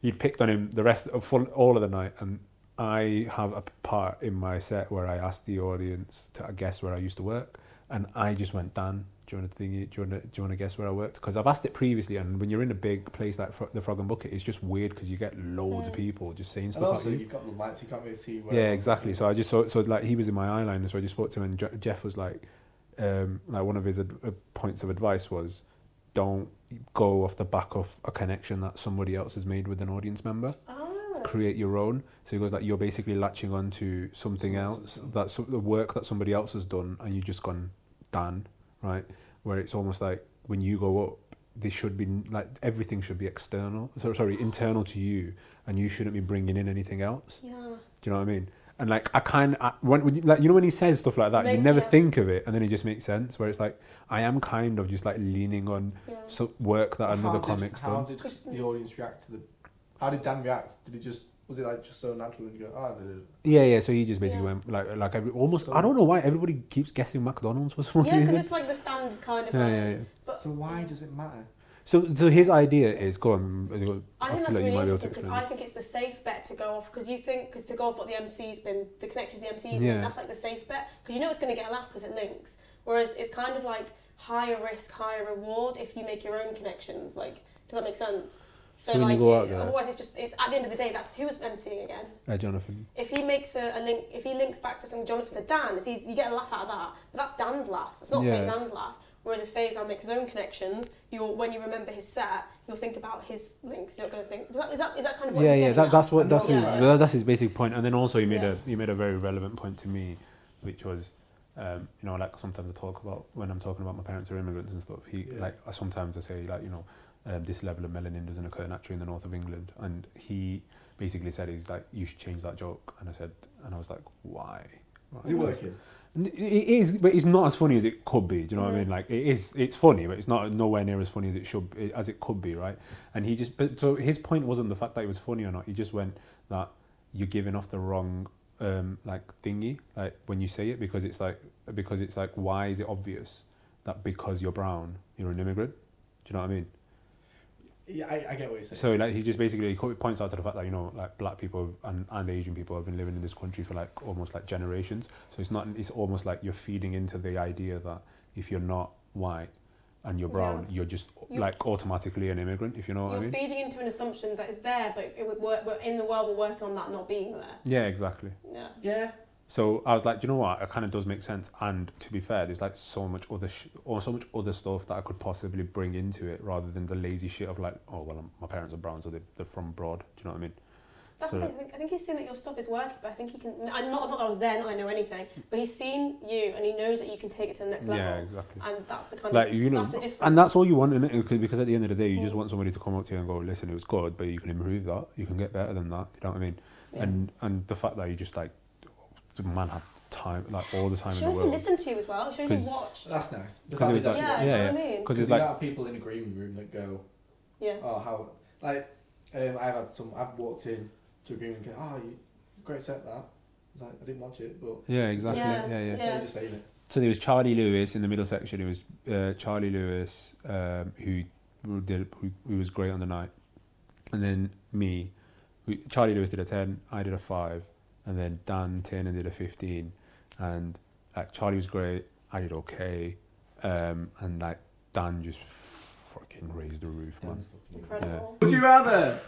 [SPEAKER 1] you'd picked on him the rest of full, all of the night and I have a part in my set where I asked the audience to guess where I used to work, and I just went, Dan, do you want to thingy? Do you want to, do you want to guess where I worked? Because I've asked it previously, and when you're in a big place like Fro- the Frog and Bucket, it's just weird because you get loads of
[SPEAKER 4] Mm.
[SPEAKER 1] people just saying
[SPEAKER 2] And
[SPEAKER 1] stuff
[SPEAKER 2] also,
[SPEAKER 1] at you.
[SPEAKER 2] you've got the lights, you can't really see where.
[SPEAKER 1] Yeah, exactly. So I just saw, so like he was in my eyeliner, so I just spoke to him, and Je- Jeff was like, um, like one of his ad- uh, points of advice was, don't go off the back of a connection that somebody else has made with an audience member.
[SPEAKER 4] Oh.
[SPEAKER 1] Create your own. So he goes like, you're basically latching on to something
[SPEAKER 2] Someone else's
[SPEAKER 1] else
[SPEAKER 2] done.
[SPEAKER 1] that's so- the work that somebody else has done, and you've just gone done, right? Where it's almost like when you go up. They should be like everything should be external. So sorry, internal to you, and you shouldn't be bringing in anything else.
[SPEAKER 4] Yeah.
[SPEAKER 1] Do you know what I mean? And like I kind I, when, when you, like you know when he says stuff like that, you
[SPEAKER 4] Makes
[SPEAKER 1] never
[SPEAKER 4] sense.
[SPEAKER 1] think of it, and then it just makes sense. Where it's like I am kind of just like leaning on *laughs*
[SPEAKER 4] Yeah.
[SPEAKER 1] so work that another comic's
[SPEAKER 2] How
[SPEAKER 1] done.
[SPEAKER 2] did the audience react to the? How did Dan react? Did he just was it like just so natural and you go, oh, no, no, no."
[SPEAKER 1] Yeah, yeah. So he just basically
[SPEAKER 4] Yeah.
[SPEAKER 1] went like like every, almost. I don't know why everybody keeps guessing McDonald's for some
[SPEAKER 4] Yeah, because
[SPEAKER 1] reason.
[SPEAKER 4] it's like the standard kind
[SPEAKER 1] *laughs*
[SPEAKER 4] of.
[SPEAKER 1] Yeah,
[SPEAKER 4] like-
[SPEAKER 1] yeah, yeah.
[SPEAKER 4] But-
[SPEAKER 2] so why does it matter?
[SPEAKER 1] So so his idea is go on.
[SPEAKER 4] I
[SPEAKER 1] feel
[SPEAKER 4] think that's
[SPEAKER 1] like you
[SPEAKER 4] really
[SPEAKER 1] might be able to
[SPEAKER 4] interesting because
[SPEAKER 1] explain
[SPEAKER 4] I think it's the safe bet to go off because you think because to go off what the MC's been the connections the MC's
[SPEAKER 1] Yeah.
[SPEAKER 4] been that's like the safe bet because you know it's going to get a laugh because it links whereas it's kind of like higher risk higher reward if you make your own connections like does that make sense
[SPEAKER 1] So when you go out there-
[SPEAKER 4] otherwise it's just it's at the end of the day that's who's MCing again
[SPEAKER 1] Uh, Jonathan.
[SPEAKER 4] if he makes a, a link, if he links back to something Jonathan said, Dan, it's easy, you get a laugh out of that. But that's Dan's laugh. It's not
[SPEAKER 1] Yeah.
[SPEAKER 4] Faizan's laugh. Whereas if Faizan makes his own connections, you'll when you remember his set, you'll think about his links. You're not going to think. Is that, is that is that kind of what?
[SPEAKER 1] yeah,
[SPEAKER 4] he's
[SPEAKER 1] yeah.
[SPEAKER 4] getting
[SPEAKER 1] That,
[SPEAKER 4] at?
[SPEAKER 1] that's what
[SPEAKER 2] And
[SPEAKER 1] that's
[SPEAKER 4] not
[SPEAKER 1] his,
[SPEAKER 4] like-
[SPEAKER 1] that- that's his basic point. And then also he made
[SPEAKER 4] Yeah.
[SPEAKER 1] a he made a very relevant point to me, which was, um, you know, like sometimes I talk about when I'm talking about my parents are immigrants and stuff. He
[SPEAKER 2] Yeah.
[SPEAKER 1] like I sometimes I say like you know, um, this level of melanin doesn't occur naturally in the north of England, and he basically said he's like you should change that joke, and I said and I was like why?
[SPEAKER 2] Is it
[SPEAKER 1] Because-
[SPEAKER 2] working?
[SPEAKER 1] N- It is, but it's not as funny as it could be. Do you know what I
[SPEAKER 4] Mm.
[SPEAKER 1] mean? Like it is, it's funny, but it's not nowhere near as funny as it should, be, as it could be, right? And he just, but so his point wasn't the fact that it was funny or not. He just went that you're giving off the wrong, um, like thingy, like when you say it, because it's like, because it's like, why is it obvious that because you're brown, you're an immigrant? Do you know what I mean?
[SPEAKER 2] Yeah, I, I get what you're saying.
[SPEAKER 1] So like he just basically co- points out to the fact that you know like black people and, and Asian people have been living in this country for like almost like generations. So it's not it's almost like you're feeding into the idea that if you're not white and you're brown,
[SPEAKER 4] Yeah.
[SPEAKER 1] you're just
[SPEAKER 4] You-
[SPEAKER 1] like automatically an immigrant. If you know what
[SPEAKER 4] You're
[SPEAKER 1] I mean?
[SPEAKER 4] feeding into an assumption that is there, but it would work. We're in the world. We're working on that not being there.
[SPEAKER 1] yeah, exactly.
[SPEAKER 4] Yeah.
[SPEAKER 2] yeah,
[SPEAKER 1] So I was like, you know what? It kind of does make sense. And to be fair, there's like so much other sh- or so much other stuff that I could possibly bring into it rather than the lazy shit of like, oh well, I'm, my parents are brown, so they, they're from broad. Do you know what I mean?
[SPEAKER 4] That's
[SPEAKER 1] So-
[SPEAKER 4] the thing. I think- I think he's seen that your stuff is working, but I think he can. I'm not, not that I was there, not that I know anything, but he's seen you and he knows that you can take it to the next
[SPEAKER 1] Yeah,
[SPEAKER 4] level.
[SPEAKER 1] exactly.
[SPEAKER 4] And that's the kind
[SPEAKER 1] like
[SPEAKER 4] of
[SPEAKER 1] you know,
[SPEAKER 4] that's the difference.
[SPEAKER 1] and that's all you want in it because at the end of the day, you just
[SPEAKER 4] Mm.
[SPEAKER 1] want somebody to come up to you and go, "Listen, it was good, but you can improve that. You can get better than that." You know what I mean?
[SPEAKER 4] Yeah.
[SPEAKER 1] And and the fact that you just like, the man had time, like all the time
[SPEAKER 4] She
[SPEAKER 1] in the
[SPEAKER 4] obviously
[SPEAKER 1] world,
[SPEAKER 4] listened to you as well. She obviously
[SPEAKER 1] 'Cause-
[SPEAKER 4] watched.
[SPEAKER 2] that's nice. The
[SPEAKER 1] 'Cause it
[SPEAKER 2] fact
[SPEAKER 1] was
[SPEAKER 2] that
[SPEAKER 1] like-
[SPEAKER 2] she
[SPEAKER 4] yeah,
[SPEAKER 2] watched
[SPEAKER 4] do
[SPEAKER 1] yeah,
[SPEAKER 4] you know
[SPEAKER 1] yeah.
[SPEAKER 4] what I mean?
[SPEAKER 1] because it's
[SPEAKER 2] the
[SPEAKER 1] like,
[SPEAKER 2] amount of people in the green room that go,
[SPEAKER 4] Yeah.
[SPEAKER 2] oh how like um, I've had some I've walked in to a green room and go, oh you, great set that. It's like I didn't watch it, but
[SPEAKER 1] yeah, exactly, yeah,
[SPEAKER 4] Yeah,
[SPEAKER 1] yeah.
[SPEAKER 4] yeah.
[SPEAKER 2] so I just saying it.
[SPEAKER 1] So there was Charlie Lewis in the middle section. It was uh, Charlie Lewis um, who who did who, who was great on the night, and then me. We, Charlie Lewis did a ten. I did a five, and then Dan Tannen did a fifteen, and like Charlie was great. I did okay, um, and like Dan just fucking raised the roof, man.
[SPEAKER 4] Incredible.
[SPEAKER 2] Would you rather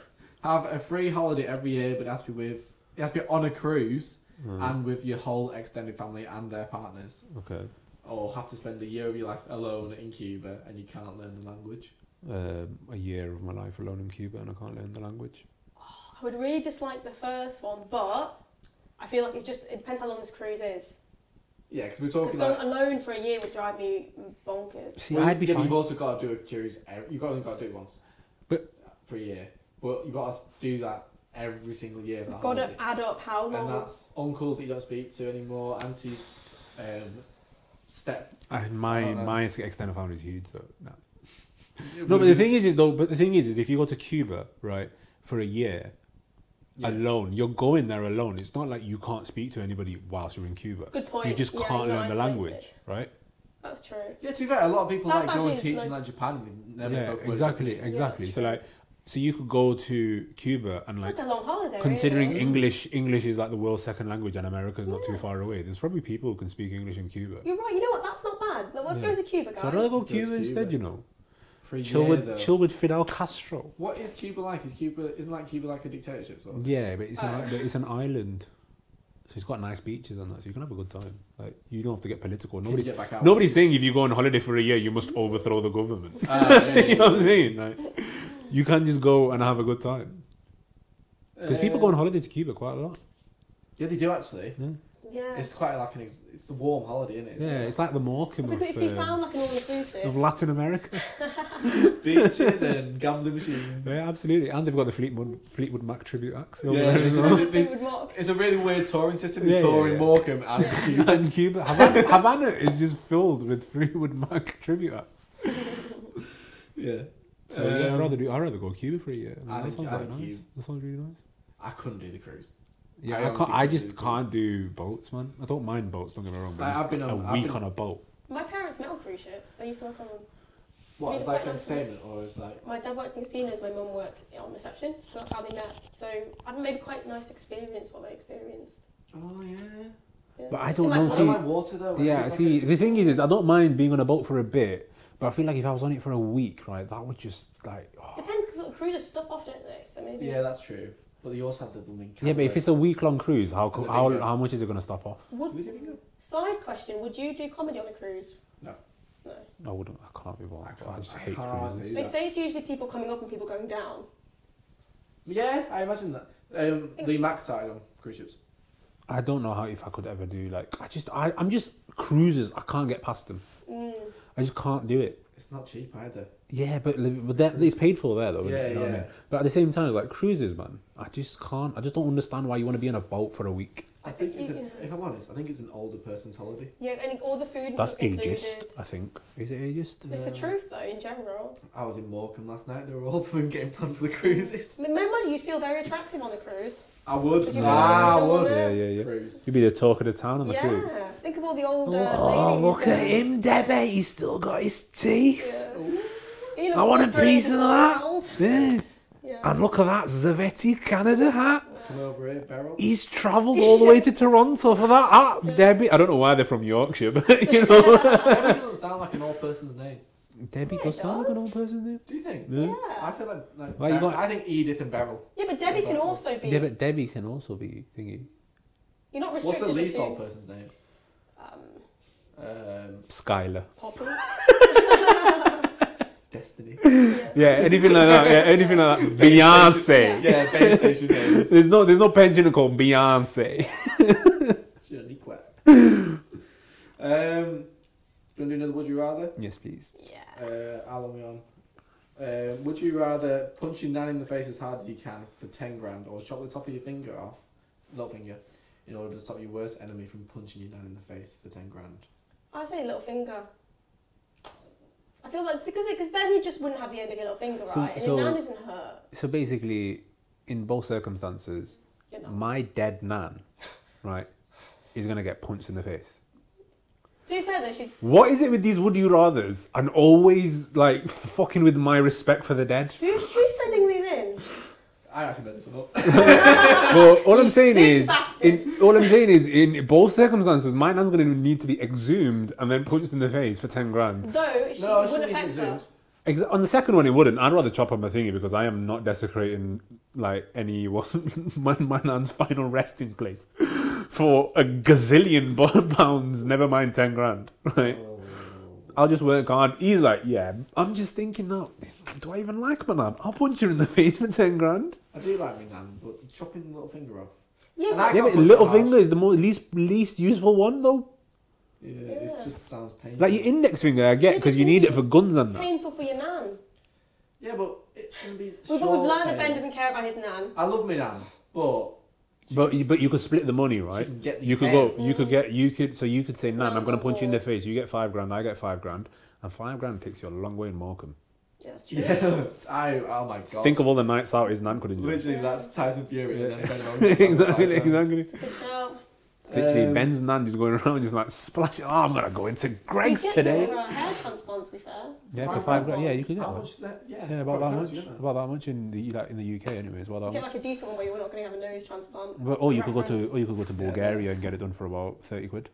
[SPEAKER 2] have a free holiday every year, but it has to be with it has to be on a cruise
[SPEAKER 1] Mm,
[SPEAKER 2] and with your whole extended family and their partners,
[SPEAKER 1] okay.
[SPEAKER 2] or have to spend a year of your life alone in Cuba and you can't learn the language?
[SPEAKER 1] Um, a year of my life alone in Cuba, and I can't learn the language.
[SPEAKER 4] I would really dislike the first one, but I feel like it's just it depends how long this cruise is.
[SPEAKER 2] Yeah, because we're
[SPEAKER 4] Because
[SPEAKER 2] talking
[SPEAKER 4] going
[SPEAKER 2] like.
[SPEAKER 4] alone for a year would drive me bonkers.
[SPEAKER 1] See,
[SPEAKER 2] well,
[SPEAKER 1] I'd be
[SPEAKER 2] yeah, but
[SPEAKER 1] fine.
[SPEAKER 2] You've also got to do a cruise. ev- You've only got to do it once.
[SPEAKER 1] But-
[SPEAKER 2] for a year, but you've got to do that every single year.
[SPEAKER 1] oh,
[SPEAKER 2] for that
[SPEAKER 4] Got
[SPEAKER 2] holiday.
[SPEAKER 4] to add up how
[SPEAKER 2] and
[SPEAKER 4] long.
[SPEAKER 2] that's uncles that you don't speak to anymore, aunties, um, step.
[SPEAKER 1] I, my
[SPEAKER 2] don't know.
[SPEAKER 1] my extended family is huge, so no. No, but the thing is, is though, but the thing is, is if you go to Cuba, right, for a year
[SPEAKER 2] Yeah.
[SPEAKER 1] alone, you're going there alone. It's not like you can't speak to anybody whilst you're in Cuba.
[SPEAKER 4] Good point.
[SPEAKER 1] You just
[SPEAKER 4] Yeah,
[SPEAKER 1] can't
[SPEAKER 4] you're
[SPEAKER 1] learn the
[SPEAKER 4] isolated.
[SPEAKER 1] language, right?
[SPEAKER 4] That's true.
[SPEAKER 2] Yeah, to be fair, a lot of people
[SPEAKER 4] That's
[SPEAKER 2] like go and
[SPEAKER 4] actually,
[SPEAKER 2] teach in
[SPEAKER 4] like-
[SPEAKER 2] like Japan and they never
[SPEAKER 1] yeah,
[SPEAKER 2] spoke words
[SPEAKER 1] exactly,
[SPEAKER 2] Japanese.
[SPEAKER 1] exactly.
[SPEAKER 4] Yeah,
[SPEAKER 1] so like, So you could go to Cuba and
[SPEAKER 4] It's
[SPEAKER 1] like
[SPEAKER 4] like a long holiday.
[SPEAKER 1] considering
[SPEAKER 4] really.
[SPEAKER 1] English English is like the world's second language and America's not too
[SPEAKER 4] Yeah.
[SPEAKER 1] far away. There's probably people who can speak English in Cuba.
[SPEAKER 4] You're right. You know what? That's not bad. Like, let's
[SPEAKER 1] Yeah.
[SPEAKER 4] go to Cuba, guys.
[SPEAKER 1] So I'd rather go
[SPEAKER 2] Let's
[SPEAKER 1] Cuba
[SPEAKER 2] Cuba.
[SPEAKER 1] instead, you know.
[SPEAKER 2] For a
[SPEAKER 1] Chill
[SPEAKER 2] year,
[SPEAKER 1] with
[SPEAKER 2] though.
[SPEAKER 1] chill with Fidel Castro.
[SPEAKER 2] What is Cuba like? Is Cuba isn't like Cuba like a dictatorship? Sort of?
[SPEAKER 1] Yeah, but it's an,
[SPEAKER 4] Oh.
[SPEAKER 1] but it's an island. So it's got nice beaches and that, so you can have a good time. Like you don't have to get political.
[SPEAKER 2] Can you
[SPEAKER 1] Nobody's
[SPEAKER 2] get back out?
[SPEAKER 1] nobody's saying if you go on holiday for a year you must overthrow the government. *laughs*
[SPEAKER 2] Ah, yeah, yeah,
[SPEAKER 1] you know what I'm
[SPEAKER 2] yeah.
[SPEAKER 1] saying? Like, you can just go and have a good time. Because people
[SPEAKER 2] Uh,
[SPEAKER 1] go on holiday to Cuba quite a lot.
[SPEAKER 2] Yeah, they do actually.
[SPEAKER 1] Yeah,
[SPEAKER 4] Yeah.
[SPEAKER 2] It's quite like an ex- it's a warm holiday, isn't it? It's
[SPEAKER 1] yeah
[SPEAKER 2] not
[SPEAKER 1] it's like the
[SPEAKER 4] if,
[SPEAKER 1] Morecambe
[SPEAKER 4] we,
[SPEAKER 1] of,
[SPEAKER 4] could- if we
[SPEAKER 1] um,
[SPEAKER 4] found like an
[SPEAKER 1] of *laughs*
[SPEAKER 4] all-inclusive.
[SPEAKER 1] Latin America.
[SPEAKER 2] just beaches and gambling machines.
[SPEAKER 1] yeah, absolutely. And they've got the Fleetwood, Fleetwood Mac tribute acts over
[SPEAKER 2] Yeah.
[SPEAKER 1] there as
[SPEAKER 4] *laughs*
[SPEAKER 1] well.
[SPEAKER 4] they would mock.
[SPEAKER 2] It's a really weird touring system.
[SPEAKER 1] Yeah,
[SPEAKER 2] You
[SPEAKER 1] yeah,
[SPEAKER 2] tour in
[SPEAKER 1] yeah.
[SPEAKER 2] Morecambe and
[SPEAKER 1] *laughs*
[SPEAKER 2] Cuba.
[SPEAKER 1] And Cuba. Havana, Havana is just filled with *laughs* Fleetwood Mac tribute acts.
[SPEAKER 2] yeah.
[SPEAKER 1] So yeah, I'd
[SPEAKER 2] Um,
[SPEAKER 1] rather, do, I'd rather go Cuba for a year. I mean,
[SPEAKER 2] I
[SPEAKER 1] that
[SPEAKER 2] think-
[SPEAKER 1] sounds
[SPEAKER 2] I
[SPEAKER 1] like
[SPEAKER 2] think
[SPEAKER 1] nice.
[SPEAKER 2] you-
[SPEAKER 1] That sounds really nice.
[SPEAKER 2] I couldn't do the cruise.
[SPEAKER 1] Yeah,
[SPEAKER 2] I
[SPEAKER 1] I, can't,
[SPEAKER 2] honestly
[SPEAKER 1] I
[SPEAKER 2] couldn't do
[SPEAKER 1] just
[SPEAKER 2] those.
[SPEAKER 1] can't do boats, man. I don't mind boats, don't get me wrong, but
[SPEAKER 2] Like,
[SPEAKER 1] just
[SPEAKER 2] I've been on-
[SPEAKER 1] a
[SPEAKER 2] I've
[SPEAKER 1] week
[SPEAKER 2] been-
[SPEAKER 1] on a boat.
[SPEAKER 4] My parents met on cruise ships. They used to work on them.
[SPEAKER 2] What
[SPEAKER 4] It's
[SPEAKER 2] is like
[SPEAKER 4] quite nice, isn't it?
[SPEAKER 2] entertainment or is like
[SPEAKER 4] My dad worked in casinos. My mum worked on reception. So that's how they met. So I mean, maybe quite nice to experience what they experienced.
[SPEAKER 2] oh yeah.
[SPEAKER 4] Yeah.
[SPEAKER 1] But I
[SPEAKER 4] It's
[SPEAKER 1] don't
[SPEAKER 4] in, like,
[SPEAKER 1] know,
[SPEAKER 2] I
[SPEAKER 4] one
[SPEAKER 1] see-
[SPEAKER 2] don't
[SPEAKER 4] of
[SPEAKER 2] like water though. when
[SPEAKER 1] Yeah,
[SPEAKER 2] it's like
[SPEAKER 1] see,
[SPEAKER 2] a-
[SPEAKER 1] the thing is, is I don't mind being on a boat for a bit, but I feel like if I was on it for a week, right, that would just like.
[SPEAKER 4] my-
[SPEAKER 1] oh.
[SPEAKER 4] Depends because cruises stop off, don't they? So maybe.
[SPEAKER 2] yeah, that's true. But you also have the blooming.
[SPEAKER 1] Yeah, but if it's a week long cruise, how co-
[SPEAKER 2] And the
[SPEAKER 1] how
[SPEAKER 2] bingo.
[SPEAKER 1] how much is it gonna stop off?
[SPEAKER 4] Would,
[SPEAKER 2] We didn't go.
[SPEAKER 4] side question: Would you do comedy on a cruise?
[SPEAKER 2] No.
[SPEAKER 4] No.
[SPEAKER 1] I wouldn't. I can't be bothered.
[SPEAKER 2] I
[SPEAKER 1] I,
[SPEAKER 2] can't-
[SPEAKER 1] just
[SPEAKER 2] I
[SPEAKER 1] hate
[SPEAKER 2] can't
[SPEAKER 1] cruises.
[SPEAKER 2] do
[SPEAKER 4] They
[SPEAKER 2] that.
[SPEAKER 4] say it's usually people coming up and people going down.
[SPEAKER 2] Yeah, I imagine that. Um,
[SPEAKER 4] Think-
[SPEAKER 2] Lee Mack started on cruise ships.
[SPEAKER 1] I don't know how if I could ever do like. I just I I'm just cruises. I can't get past them.
[SPEAKER 4] Mm.
[SPEAKER 1] I just can't do it.
[SPEAKER 2] It's not cheap either.
[SPEAKER 1] Yeah, but li- but that it's paid for there though. isn't it?
[SPEAKER 2] Yeah,
[SPEAKER 1] you know What I
[SPEAKER 2] yeah.
[SPEAKER 1] mean? But at the same time, it's like cruises, man. I just can't. I just don't understand why you want to be on a boat for a week.
[SPEAKER 2] I think,
[SPEAKER 4] think
[SPEAKER 2] it's
[SPEAKER 4] you-
[SPEAKER 2] a, if I'm honest, I think it's an older person's holiday.
[SPEAKER 4] Yeah, and all the food.
[SPEAKER 1] That's
[SPEAKER 4] was included.
[SPEAKER 1] ageist. I think is it ageist?
[SPEAKER 4] It's the
[SPEAKER 2] Yeah.
[SPEAKER 4] truth though, in general.
[SPEAKER 2] I was in Morecambe last night. They were all *laughs* of them getting planned for the cruises.
[SPEAKER 4] Remember, you'd feel very attractive on the cruise.
[SPEAKER 2] I would.
[SPEAKER 4] Did you
[SPEAKER 1] go on
[SPEAKER 2] I
[SPEAKER 4] the
[SPEAKER 2] would.
[SPEAKER 1] Yeah, yeah, yeah.
[SPEAKER 2] Cruise.
[SPEAKER 1] You'd be the talk of the town on the
[SPEAKER 4] yeah.
[SPEAKER 1] cruise.
[SPEAKER 4] Think of all the older
[SPEAKER 1] Oh,
[SPEAKER 4] ladies.
[SPEAKER 1] look
[SPEAKER 4] uh,
[SPEAKER 1] at him, Debbie. He's still got his teeth.
[SPEAKER 4] Yeah.
[SPEAKER 2] Ooh.
[SPEAKER 4] He looks
[SPEAKER 1] I want a
[SPEAKER 4] different,
[SPEAKER 1] piece
[SPEAKER 4] he's
[SPEAKER 1] of
[SPEAKER 4] all
[SPEAKER 1] that.
[SPEAKER 4] old.
[SPEAKER 1] Yeah.
[SPEAKER 4] Yeah.
[SPEAKER 1] And look at that Zavetti Canada hat.
[SPEAKER 2] Come over here, Beryl.
[SPEAKER 1] He's travelled
[SPEAKER 4] *laughs*
[SPEAKER 1] all the way to Toronto for that hat. Debbie, I don't know why they're from Yorkshire, but *laughs* you know.
[SPEAKER 2] Debbie doesn't sound like an old person's name.
[SPEAKER 1] Debbie
[SPEAKER 4] Yeah,
[SPEAKER 1] does
[SPEAKER 4] it
[SPEAKER 1] sound like an
[SPEAKER 4] does.
[SPEAKER 1] old person, dude.
[SPEAKER 2] Do you think?
[SPEAKER 1] Yeah.
[SPEAKER 4] Yeah.
[SPEAKER 2] I feel like, like
[SPEAKER 1] Well, you
[SPEAKER 2] Ber-
[SPEAKER 1] got-
[SPEAKER 2] I think Edith and Beryl.
[SPEAKER 4] Yeah, but Debbie can also be.
[SPEAKER 1] Yeah, but Debbie can also be thingy.
[SPEAKER 4] You're not
[SPEAKER 2] What's
[SPEAKER 4] restricted
[SPEAKER 2] the least
[SPEAKER 4] to
[SPEAKER 2] old person's name?
[SPEAKER 4] um,
[SPEAKER 2] Um,
[SPEAKER 1] Skylar.
[SPEAKER 4] Poppy.
[SPEAKER 2] Destiny.
[SPEAKER 4] Yeah.
[SPEAKER 1] Yeah, anything like that. Yeah, anything like *laughs* that. Beyonce.
[SPEAKER 2] *laughs*
[SPEAKER 4] Beyonce.
[SPEAKER 2] yeah, base station
[SPEAKER 1] *laughs*
[SPEAKER 2] names.
[SPEAKER 1] There's no, there's no pension called Beyonce.
[SPEAKER 2] Janiqua. um, do you want to do another Would You Rather?
[SPEAKER 1] Yes, please.
[SPEAKER 4] Yeah.
[SPEAKER 2] Uh, how long are we on? Uh, would you rather punch your nan in the face as hard as you can for 10 grand or chop the top of your finger off, little finger, in order to stop your worst enemy from punching your nan in the face for 10 grand?
[SPEAKER 4] I say little finger. I feel like because because then you just wouldn't have the end of your little finger,
[SPEAKER 1] So-
[SPEAKER 4] right? And
[SPEAKER 1] so-
[SPEAKER 4] your nan isn't hurt.
[SPEAKER 1] So basically, in both circumstances,
[SPEAKER 4] You're not.
[SPEAKER 1] my dead nan, right, is gonna get punched in the face.
[SPEAKER 4] To be fair though, she's
[SPEAKER 1] What is it with these would you rather's and always like f- fucking with my respect for the
[SPEAKER 4] *laughs*
[SPEAKER 1] dead?
[SPEAKER 4] who's, who's sending these in?
[SPEAKER 2] I actually made this one up.
[SPEAKER 1] Well, all I'm saying
[SPEAKER 4] sick
[SPEAKER 1] is,
[SPEAKER 4] bastard.
[SPEAKER 1] in, all I'm saying is, in both circumstances, my nan's gonna need to be exhumed and then punched in the face for ten grand.
[SPEAKER 4] Though she
[SPEAKER 2] No, I
[SPEAKER 4] wouldn't
[SPEAKER 2] shouldn't
[SPEAKER 4] affect her.
[SPEAKER 2] presume.
[SPEAKER 1] Ex- on the second one, it wouldn't. I'd rather chop up my thingy because I am not desecrating like anyone *laughs* my, my nan's final resting place for a gazillion *laughs* bo- pounds. Never mind ten grand, right? I'll just work hard. He's like, yeah, I'm just thinking now, do I even like my nan? I'll punch her in the *laughs* face for 10 grand.
[SPEAKER 2] I do like my nan, but chopping the little finger off.
[SPEAKER 4] Yeah,
[SPEAKER 2] And
[SPEAKER 4] but
[SPEAKER 2] I
[SPEAKER 1] yeah,
[SPEAKER 2] can't
[SPEAKER 1] but
[SPEAKER 2] punch
[SPEAKER 1] little
[SPEAKER 2] her hard.
[SPEAKER 1] finger is the most, least least useful one, though.
[SPEAKER 2] Yeah,
[SPEAKER 4] Yeah.
[SPEAKER 2] it just sounds painful.
[SPEAKER 1] Like your index finger, I get,
[SPEAKER 4] Yeah,
[SPEAKER 1] because
[SPEAKER 4] but
[SPEAKER 1] you need
[SPEAKER 4] maybe-
[SPEAKER 1] it for guns and that.
[SPEAKER 4] painful for your nan.
[SPEAKER 2] yeah, but it's going to be.
[SPEAKER 4] We've,
[SPEAKER 2] short
[SPEAKER 4] we've learned that
[SPEAKER 2] pain.
[SPEAKER 4] Ben doesn't care about his nan.
[SPEAKER 2] I love my nan, but
[SPEAKER 1] But, you- but you could split the money,
[SPEAKER 2] she
[SPEAKER 1] right?
[SPEAKER 2] can get these
[SPEAKER 1] You could go,
[SPEAKER 2] ends.
[SPEAKER 1] you could get, you could, so you could say, Nan, I'm going to punch you in the
[SPEAKER 4] Wow.
[SPEAKER 1] face. You get five grand, I get five grand. And five grand takes you a long way in Morecambe.
[SPEAKER 4] Yeah, that's true.
[SPEAKER 2] *laughs* Yeah. I, oh my god.
[SPEAKER 1] Think of all the nights out his Nan could enjoy.
[SPEAKER 2] Literally, that's Tyson Fury.
[SPEAKER 1] Yeah. *laughs*
[SPEAKER 2] And then Ben Lawrence.
[SPEAKER 1] exactly, exactly.
[SPEAKER 4] Good shout.
[SPEAKER 1] Literally,
[SPEAKER 2] Um,
[SPEAKER 1] Ben's nan just going around just like splash. Oh, I'm gonna go into Greg's
[SPEAKER 4] We did
[SPEAKER 1] today.
[SPEAKER 4] one for our hair transplant, to be fair.
[SPEAKER 1] Yeah, for
[SPEAKER 2] Five
[SPEAKER 1] five grand.
[SPEAKER 2] grand.
[SPEAKER 1] Yeah, you could get
[SPEAKER 2] How
[SPEAKER 1] one.
[SPEAKER 2] much is that? Yeah,
[SPEAKER 1] Yeah, about that
[SPEAKER 2] five
[SPEAKER 1] much.
[SPEAKER 2] grand, yeah.
[SPEAKER 1] About that much in the like in the UK anyway. Is about
[SPEAKER 4] You
[SPEAKER 1] that
[SPEAKER 4] get like a decent one where you're not going to have a nose transplant.
[SPEAKER 1] But, or you could go to
[SPEAKER 4] Reference.
[SPEAKER 1] or you could go to
[SPEAKER 2] Yeah.
[SPEAKER 1] Bulgaria and get it done for about thirty quid.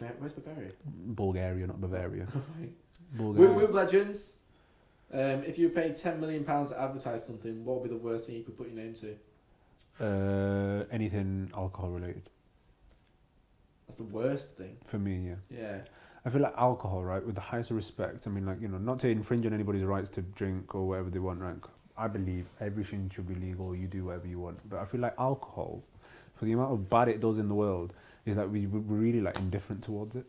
[SPEAKER 2] Bava- Where's
[SPEAKER 1] *laughs*
[SPEAKER 2] *laughs* Bavaria?
[SPEAKER 1] Bulgaria, not Bavaria.
[SPEAKER 2] We're,
[SPEAKER 1] Bulgaria.
[SPEAKER 2] we're legends. Um, if you paid ten million pounds to advertise something, what would be the worst thing you could put your name to?
[SPEAKER 1] Uh, anything alcohol related
[SPEAKER 2] That's the worst thing.
[SPEAKER 1] for me? Yeah,
[SPEAKER 2] Yeah.
[SPEAKER 1] I feel like alcohol, right? With the highest respect, I mean, like you know, not to infringe on anybody's rights to drink or whatever they want, right? I believe everything should be legal. You do whatever you want, but I feel like alcohol, for the amount of bad it does in the world, is that we we're really like indifferent towards it.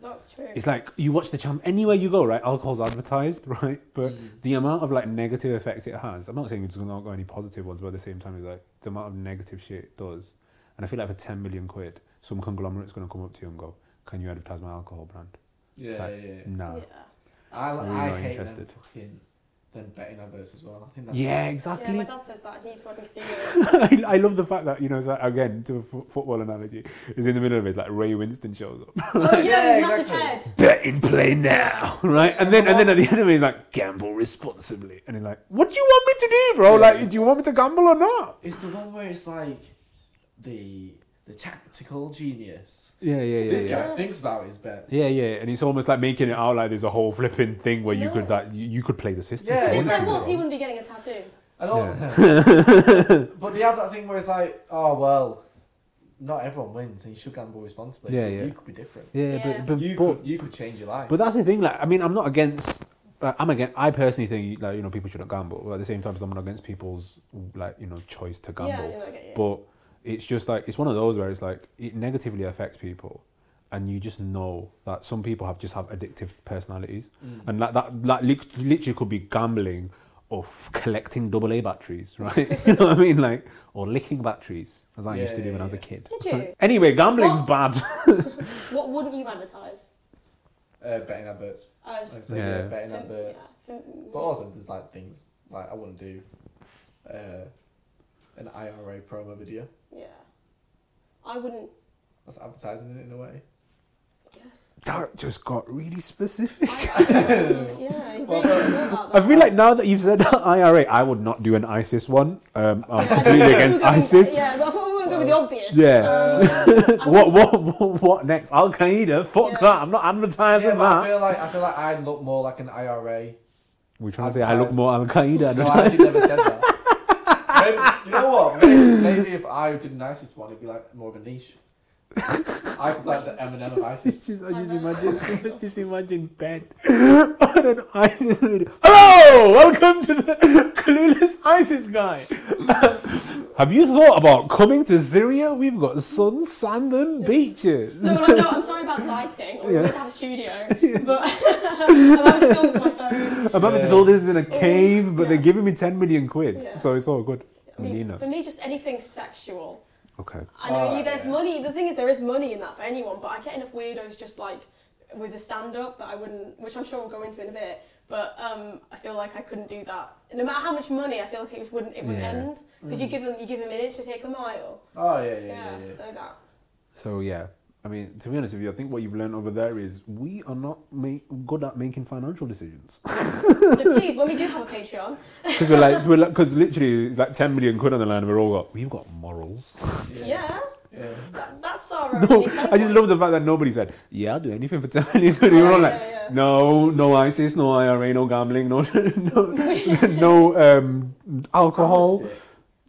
[SPEAKER 4] That's true.
[SPEAKER 1] It's like you watch the champ anywhere you go, right? Alcohol's advertised, *laughs* right? But
[SPEAKER 2] Mm.
[SPEAKER 1] the amount of like negative effects it has, I'm not saying it's not got any positive ones, but at the same time, it's like the amount of negative shit it does. And I feel like for 10 million quid, some conglomerate's going to come up to you and go, Can you advertise my alcohol brand?
[SPEAKER 2] Yeah,
[SPEAKER 1] It's
[SPEAKER 2] yeah,
[SPEAKER 1] like-
[SPEAKER 2] yeah.
[SPEAKER 1] No.
[SPEAKER 4] Yeah.
[SPEAKER 2] I,
[SPEAKER 1] Mm. Really
[SPEAKER 2] I
[SPEAKER 1] not
[SPEAKER 2] hate them
[SPEAKER 1] interested.
[SPEAKER 2] fucking them betting adverts as well. I think that's
[SPEAKER 1] Yeah,
[SPEAKER 4] Yeah, my
[SPEAKER 1] exactly.
[SPEAKER 4] dad says that. He used to work in studios.
[SPEAKER 2] *laughs*
[SPEAKER 1] *laughs* I, I love the fact that, you know, it's like, again, to a fo- football analogy, is in the middle of it, like Ray Winston shows up.
[SPEAKER 4] oh, yeah,
[SPEAKER 2] Yeah,
[SPEAKER 4] his massive
[SPEAKER 2] exactly.
[SPEAKER 1] *laughs*
[SPEAKER 4] head.
[SPEAKER 1] Bet in play now, right? And then and then at the end of it, he's like, gamble responsibly. And he's like, what do you want me to do, bro?
[SPEAKER 2] Yeah.
[SPEAKER 1] Like, do you want me to gamble or not?
[SPEAKER 2] It's the one where it's like the the tactical genius.
[SPEAKER 1] Yeah, yeah,
[SPEAKER 2] 'Cause
[SPEAKER 1] yeah.
[SPEAKER 2] this
[SPEAKER 1] yeah.
[SPEAKER 2] guy thinks about his bets.
[SPEAKER 1] Yeah, yeah, and it's almost like making it out like there's a whole flipping thing where you
[SPEAKER 4] No.
[SPEAKER 1] could like you, you could play the system. if
[SPEAKER 2] Yeah,
[SPEAKER 4] Because
[SPEAKER 1] you
[SPEAKER 4] if
[SPEAKER 2] exactly.
[SPEAKER 1] wanted
[SPEAKER 4] that
[SPEAKER 1] to,
[SPEAKER 4] was, he
[SPEAKER 1] bro.
[SPEAKER 4] wouldn't be getting a tattoo.
[SPEAKER 2] And all,
[SPEAKER 1] *laughs*
[SPEAKER 2] *laughs* but they have that thing where it's like, oh well, not everyone wins, and you should gamble responsibly.
[SPEAKER 1] Yeah,
[SPEAKER 2] But
[SPEAKER 1] yeah.
[SPEAKER 2] You could be different.
[SPEAKER 1] yeah,
[SPEAKER 4] Yeah.
[SPEAKER 1] but but,
[SPEAKER 2] you
[SPEAKER 1] but,
[SPEAKER 2] could you could change your life.
[SPEAKER 1] but that's the thing. Like, I mean, I'm not against. Like, I'm against. I personally think like you know people shouldn't gamble, but at the same time, I'm not against people's like you know choice to gamble.
[SPEAKER 4] Yeah, you know, okay, yeah.
[SPEAKER 1] But it's just like it's one of those where it's like it negatively affects people, and you just know that some people have just have addictive personalities.
[SPEAKER 2] Mm.
[SPEAKER 1] and that that, that lit- literally could be gambling or f- collecting double A batteries, *laughs* right? you know what I mean, like or licking batteries, as I used to do
[SPEAKER 2] Yeah,
[SPEAKER 1] when I was a
[SPEAKER 2] yeah,
[SPEAKER 1] kid.
[SPEAKER 4] Did you?
[SPEAKER 1] Anyway, gambling's bad.
[SPEAKER 4] What?
[SPEAKER 1] *laughs*
[SPEAKER 4] What wouldn't you advertise?
[SPEAKER 2] uh, betting adverts.
[SPEAKER 4] I was
[SPEAKER 2] Like I say, yeah.
[SPEAKER 1] Yeah.
[SPEAKER 2] betting
[SPEAKER 4] think-
[SPEAKER 2] adverts.
[SPEAKER 4] yeah,
[SPEAKER 2] But also, there's like things like I wouldn't do uh, an IRA promo video.
[SPEAKER 4] yeah. I wouldn't
[SPEAKER 2] That's advertising it in a way. *laughs*
[SPEAKER 4] guess.
[SPEAKER 1] that just got really specific.
[SPEAKER 4] I, yeah, you
[SPEAKER 2] *laughs*
[SPEAKER 4] really thought about
[SPEAKER 1] I
[SPEAKER 4] that.
[SPEAKER 1] feel like now that you've said *laughs* IRA, I would not do an ISIS one. Um, I'm completely
[SPEAKER 4] *laughs*
[SPEAKER 1] against ISIS.
[SPEAKER 4] Yeah, but I thought we were going with the obvious.
[SPEAKER 1] Yeah.
[SPEAKER 2] Uh,
[SPEAKER 4] Um, I
[SPEAKER 1] What,
[SPEAKER 4] would-
[SPEAKER 1] what what what next? Al Qaeda? Fuck
[SPEAKER 4] Yeah.
[SPEAKER 1] that! I'm not advertising
[SPEAKER 2] yeah, but I
[SPEAKER 1] that.
[SPEAKER 2] feel like I feel like I look more like an IRA.
[SPEAKER 1] We're trying to say I look more Al Qaeda. *laughs*
[SPEAKER 2] No, I actually never said that. Maybe, you know what? Maybe, maybe if I did an ISIS one, it'd be like more of a niche. I could like the Eminem of ISIS.
[SPEAKER 1] It's just, I
[SPEAKER 4] I
[SPEAKER 1] just
[SPEAKER 4] know.
[SPEAKER 1] imagine, just imagine Ben on *laughs* an ISIS video. Hello, welcome to the *laughs* clueless ISIS guy. *laughs* Have you thought about coming to Syria? We've got sun, sand, and beaches.
[SPEAKER 4] *laughs* No, no, no, I'm sorry about the lighting. We
[SPEAKER 1] Yeah.
[SPEAKER 4] yeah. have a
[SPEAKER 2] *laughs*
[SPEAKER 4] studio, but *laughs* I'm having to film to my phone.
[SPEAKER 1] I'm having to do all this in a cave, but they're
[SPEAKER 4] Yeah.
[SPEAKER 1] giving me 10 million quid,
[SPEAKER 4] Yeah.
[SPEAKER 1] so it's all good.
[SPEAKER 4] I mean,
[SPEAKER 1] Nina.
[SPEAKER 4] For me, just anything sexual.
[SPEAKER 1] Okay.
[SPEAKER 4] I know
[SPEAKER 2] Oh,
[SPEAKER 4] you, there's
[SPEAKER 2] yeah.
[SPEAKER 4] money. The thing is, there is money in that for anyone, but I get enough weirdos just like with a stand up that I wouldn't, which I'm sure we'll go into in a bit. But um, I feel like I couldn't do that. No matter how much money, I feel like it wouldn't, it wouldn't
[SPEAKER 1] Yeah.
[SPEAKER 4] end. Because you give them, you give them an inch, they take a mile.
[SPEAKER 2] Oh yeah, yeah,
[SPEAKER 4] Yeah,
[SPEAKER 2] yeah. yeah,
[SPEAKER 4] so that.
[SPEAKER 1] So, yeah. I mean, to be honest with you, I think what you've learned over there is we are not ma- good at making financial decisions. *laughs*
[SPEAKER 4] So please, when we do have a Patreon,
[SPEAKER 1] Because we're like, we're like, because literally, it's like 10 million quid on the line, and we're all got, we've got morals. *laughs*
[SPEAKER 4] yeah,
[SPEAKER 2] yeah.
[SPEAKER 4] that, that's our.
[SPEAKER 1] No,
[SPEAKER 4] only
[SPEAKER 1] I just
[SPEAKER 4] hope.
[SPEAKER 1] love the fact that nobody said, "Yeah, I'll do anything for ten million quid." *laughs* We
[SPEAKER 4] Yeah,
[SPEAKER 1] were all
[SPEAKER 4] yeah,
[SPEAKER 1] like,
[SPEAKER 4] yeah.
[SPEAKER 1] "No, no ISIS, no IRA, no gambling, no, *laughs*
[SPEAKER 2] *laughs*
[SPEAKER 1] no, no um, alcohol."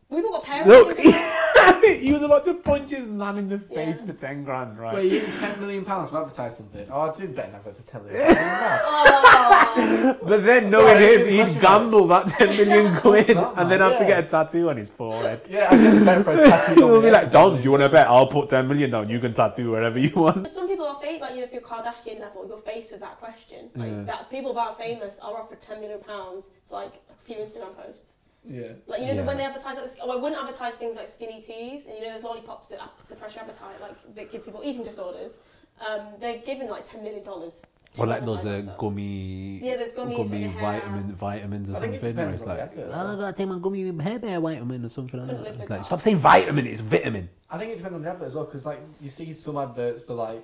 [SPEAKER 4] We've all got parents.
[SPEAKER 1] Look,
[SPEAKER 4] who-
[SPEAKER 1] *laughs* he was about to punch his nan in the face
[SPEAKER 4] Yeah.
[SPEAKER 1] for ten grand, right?
[SPEAKER 2] Wait, you need ten million pounds to advertise something? Oh, I do bet never to ten
[SPEAKER 1] *laughs*
[SPEAKER 2] million. pounds.
[SPEAKER 4] Oh,
[SPEAKER 1] But then
[SPEAKER 2] Sorry,
[SPEAKER 1] knowing
[SPEAKER 2] I didn't
[SPEAKER 1] him,
[SPEAKER 2] mean to
[SPEAKER 1] he'd
[SPEAKER 2] question that.
[SPEAKER 1] gamble that ten
[SPEAKER 2] *laughs*
[SPEAKER 1] million quid
[SPEAKER 2] That
[SPEAKER 1] and then
[SPEAKER 2] man,
[SPEAKER 1] have to
[SPEAKER 2] yeah.
[SPEAKER 1] get a tattoo on his forehead.
[SPEAKER 2] Yeah, I get bet for a tattoo.
[SPEAKER 1] He'll be like, "Dom, do you want to bet? I'll put ten million down. You can tattoo wherever you want."
[SPEAKER 4] some people are fake. Like you know, if you're Kardashian level, you're faced with that question. Like
[SPEAKER 1] Yeah.
[SPEAKER 4] that people that are famous are offered ten million pounds for like a few Instagram posts.
[SPEAKER 2] Yeah.
[SPEAKER 4] Like you know
[SPEAKER 1] Yeah.
[SPEAKER 4] that when they advertise like, oh, I wouldn't advertise things like skinny teas and you know those lollipops that up- suppress your appetite, like that give people eating disorders. Um, they're given like ten million dollars
[SPEAKER 1] Or like those
[SPEAKER 4] that
[SPEAKER 1] uh,
[SPEAKER 4] stuff.
[SPEAKER 1] gummy,
[SPEAKER 4] Yeah, there's gummies for
[SPEAKER 1] gummy
[SPEAKER 4] your hair.
[SPEAKER 1] vitamin, vitamins or
[SPEAKER 2] I think
[SPEAKER 1] something.
[SPEAKER 2] it
[SPEAKER 1] Where it's
[SPEAKER 2] depends on the
[SPEAKER 1] like,
[SPEAKER 2] advert,
[SPEAKER 1] oh, I gotta take my gummy hair bear vitamin or something like
[SPEAKER 4] Couldn't
[SPEAKER 1] that.
[SPEAKER 4] live with
[SPEAKER 1] It's like,
[SPEAKER 4] that.
[SPEAKER 1] stop saying vitamin, it's vitamin.
[SPEAKER 2] I think it depends on the advert as well, because like you see some adverts for like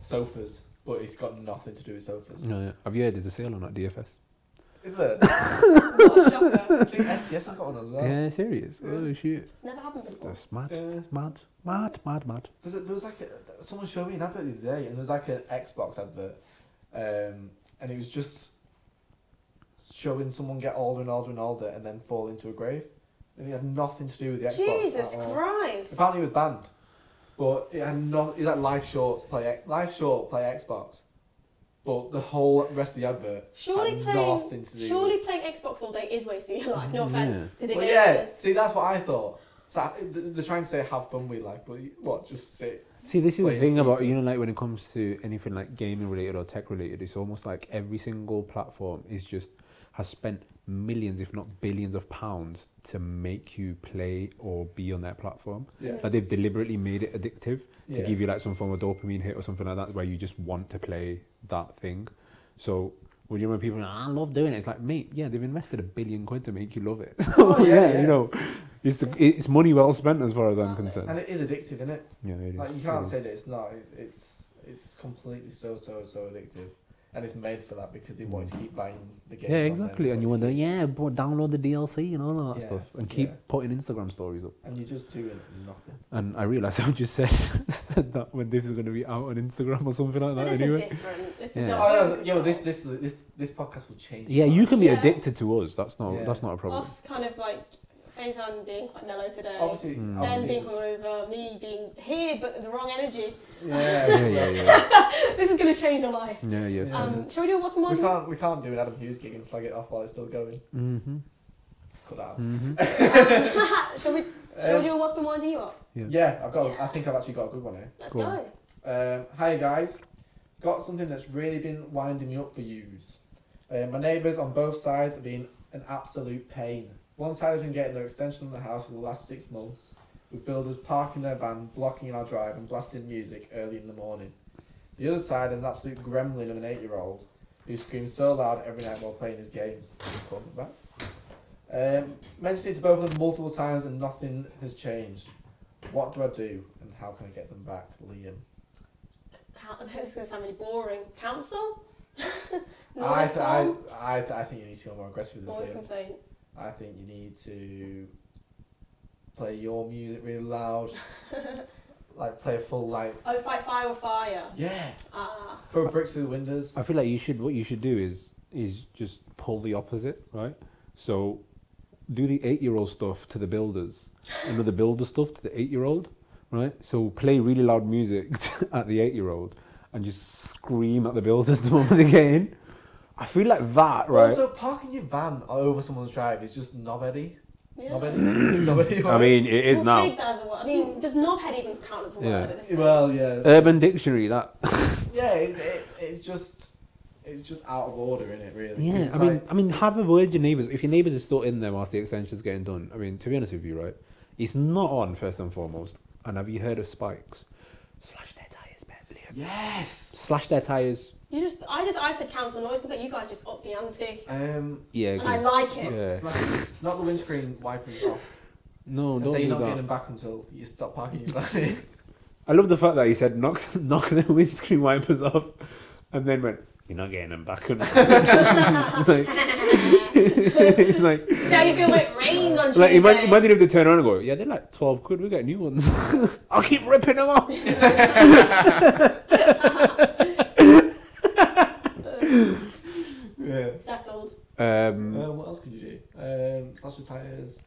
[SPEAKER 2] sofas, but it's got nothing to do with sofas.
[SPEAKER 1] No, yeah. Have you heard there's a sale on that DFS?
[SPEAKER 2] Is there?
[SPEAKER 4] What a shocker.
[SPEAKER 2] I think SCS has got one as well.
[SPEAKER 1] Yeah, serious. Oh shit,
[SPEAKER 4] It's never happened before.
[SPEAKER 1] that's mad,
[SPEAKER 2] Yeah.
[SPEAKER 1] mad, mad, mad, mad.
[SPEAKER 2] There's a, there was like a, someone showed me an advert the other day, and there was like an Xbox advert, um, and it was just showing someone get older and older and older, and then fall into a grave, and it had nothing to do with the Xbox. uh,
[SPEAKER 4] Jesus
[SPEAKER 2] at all.
[SPEAKER 4] Christ.
[SPEAKER 2] Apparently, it was banned, but it had not. It was like life shorts play life short play Xbox, but the whole rest of the advert
[SPEAKER 4] Surely
[SPEAKER 2] had
[SPEAKER 4] playing,
[SPEAKER 2] nothing to do
[SPEAKER 4] surely playing Xbox all day is wasting your life.
[SPEAKER 1] Yeah.
[SPEAKER 4] No offense to the
[SPEAKER 2] Well, yeah,
[SPEAKER 4] gamers.
[SPEAKER 2] see, that's what I thought. So I- th- they're trying to say have fun with life, but you- what? Just sit.
[SPEAKER 1] See, this is
[SPEAKER 2] Wait,
[SPEAKER 1] the thing
[SPEAKER 2] FIFA.
[SPEAKER 1] about you know, like when it comes to anything like gaming related or tech related, it's almost like every single platform is just has spent millions, if not billions, of pounds to make you play or be on their platform.
[SPEAKER 2] Yeah.
[SPEAKER 1] Like they've deliberately made it addictive to
[SPEAKER 2] Yeah.
[SPEAKER 1] give you like some form of dopamine hit or something like that, where you just want to play that thing. So when you remember people, are like, I love doing it. It's like, mate, yeah, they've invested a billion quid to make you love it. So,
[SPEAKER 2] Oh,
[SPEAKER 1] *laughs*
[SPEAKER 2] yeah,
[SPEAKER 1] yeah,
[SPEAKER 2] yeah.
[SPEAKER 1] you know, it's the, it's money well spent as far as I'm
[SPEAKER 4] Exactly.
[SPEAKER 1] concerned.
[SPEAKER 2] And it is addictive, isn't it?
[SPEAKER 1] yeah, it is.
[SPEAKER 2] Like you
[SPEAKER 1] It
[SPEAKER 2] can't
[SPEAKER 1] is.
[SPEAKER 2] say that it's not. It, it's it's completely so so so addictive, and it's made for that because they want you to keep buying the game.
[SPEAKER 1] Yeah, exactly. And you wonder, yeah, but download the DLC and all that
[SPEAKER 2] Yeah,
[SPEAKER 1] stuff, and keep
[SPEAKER 2] yeah.
[SPEAKER 1] putting Instagram stories up.
[SPEAKER 2] And you're just doing nothing.
[SPEAKER 1] And I realized *laughs* I've just said, said that when this is going to be out on Instagram or something like
[SPEAKER 4] But
[SPEAKER 1] that.
[SPEAKER 4] this
[SPEAKER 1] Anyway,
[SPEAKER 4] is different. This
[SPEAKER 1] Yeah.
[SPEAKER 4] is
[SPEAKER 2] Oh,
[SPEAKER 4] not
[SPEAKER 2] no, th- yeah, well, this this this this podcast will change.
[SPEAKER 1] yeah, you can be
[SPEAKER 4] Yeah.
[SPEAKER 1] addicted to us. That's not
[SPEAKER 2] Yeah.
[SPEAKER 1] that's not a problem.
[SPEAKER 4] Us kind of like Faison being quite mellow today.
[SPEAKER 2] obviously.
[SPEAKER 1] Mm.
[SPEAKER 4] Ben
[SPEAKER 2] obviously
[SPEAKER 4] being
[SPEAKER 2] it's-
[SPEAKER 4] hungover, me being here but the wrong energy.
[SPEAKER 2] *laughs* yeah,
[SPEAKER 1] Yeah, yeah, yeah,
[SPEAKER 4] This is going to change your life.
[SPEAKER 1] yeah,
[SPEAKER 4] *laughs*
[SPEAKER 1] yeah.
[SPEAKER 2] Yeah.
[SPEAKER 4] Um, shall we do what's more?
[SPEAKER 2] We can't we can't do an Adam Hughes gig and slag it off while it's still going.
[SPEAKER 1] mm-hmm.
[SPEAKER 2] Cut that out.
[SPEAKER 1] Mm-hmm.
[SPEAKER 4] *laughs* shall we? Shall we do a what's been winding you up?
[SPEAKER 1] Yeah.
[SPEAKER 2] Yeah, I've got. I think I've actually got a good one here.
[SPEAKER 4] Let's
[SPEAKER 1] Go
[SPEAKER 4] go.
[SPEAKER 1] on.
[SPEAKER 2] Um, hi guys, got something that's really been winding me up for years. Uh, my neighbours on both sides have been an absolute pain. One side has been getting their extension on the house for the last six months, with builders parking their van, blocking our drive, and blasting music early in the morning. The other side is an absolute gremlin of an eight-year-old who screams so loud every night while playing his games. Call me back. Um, mentioned it to both of them multiple times and nothing has changed. What do I do and how can I get them back, Liam?
[SPEAKER 4] Coun- *laughs* This is going to sound really boring. Council. *laughs*
[SPEAKER 2] I,
[SPEAKER 4] Noise
[SPEAKER 2] th- I,
[SPEAKER 4] form?
[SPEAKER 2] I, th- I think you need to go more aggressive with
[SPEAKER 4] Noise
[SPEAKER 2] this thing.
[SPEAKER 4] complaint.
[SPEAKER 2] I think you need to play your music really loud, like play a full like
[SPEAKER 4] Oh, fight fire with fire.
[SPEAKER 2] yeah,
[SPEAKER 4] Ah.
[SPEAKER 2] throw bricks through the windows.
[SPEAKER 1] I feel like you should. What you should do is is just pull the opposite, right? So, do the eight year old stuff to the builders, and do the builder stuff to the eight year old, right? So play really loud music *laughs* at the eight year old, and just scream at the builders the moment they get in. I feel like that, right?
[SPEAKER 2] Also, parking your van over someone's drive is just nobody,
[SPEAKER 4] yeah.
[SPEAKER 1] *clears throat*
[SPEAKER 2] nobody, nobody.
[SPEAKER 1] I mean, it is
[SPEAKER 4] we'll
[SPEAKER 1] now.
[SPEAKER 4] take that as a word. I mean, does knobhead even count as a word?
[SPEAKER 1] Yeah.
[SPEAKER 4] At this
[SPEAKER 2] well,
[SPEAKER 4] stage?
[SPEAKER 2] yeah, it's-
[SPEAKER 1] Urban Dictionary, that. *laughs*
[SPEAKER 2] yeah. It, it, it's just, it's just out of order, isn't it? Really?
[SPEAKER 1] Yeah,
[SPEAKER 2] 'Cause
[SPEAKER 1] I
[SPEAKER 2] it's
[SPEAKER 1] mean,
[SPEAKER 2] like-
[SPEAKER 1] I mean, have a word with your neighbours. If your neighbours are still in there whilst the extension's getting done, I mean, to be honest with you, right? It's not on first and foremost. And have you heard of spikes? Slash their tires, Bentley.
[SPEAKER 2] yes.
[SPEAKER 1] Slash their tires.
[SPEAKER 4] You just, I just, I said council noise complaint. You guys just up the ante.
[SPEAKER 2] Um,
[SPEAKER 1] Yeah.
[SPEAKER 4] And I
[SPEAKER 1] 'cause-
[SPEAKER 4] like it.
[SPEAKER 1] Yeah.
[SPEAKER 2] smash- not the windscreen wipers off.
[SPEAKER 1] No,
[SPEAKER 2] And
[SPEAKER 1] don't
[SPEAKER 2] so you're
[SPEAKER 1] do
[SPEAKER 2] not
[SPEAKER 1] that.
[SPEAKER 2] getting them back until you stop parking your
[SPEAKER 1] *laughs*
[SPEAKER 2] van in.
[SPEAKER 1] I love the fact that he said knock *laughs* knock the windscreen wipers off, and then went. You're not getting them back. on." it's like, it's *laughs* like, *laughs*
[SPEAKER 4] See how you
[SPEAKER 2] *laughs*
[SPEAKER 4] feel when it rains on
[SPEAKER 1] like
[SPEAKER 4] Tuesday.
[SPEAKER 1] imagine, imagine if they turn around and go, yeah, they're like twelve quid. We get new ones. *laughs* I'll keep ripping them off.
[SPEAKER 4] *laughs*
[SPEAKER 2] Yeah.
[SPEAKER 4] Settled.
[SPEAKER 1] Um,
[SPEAKER 2] Um, what else could you do? Um, slash the tires.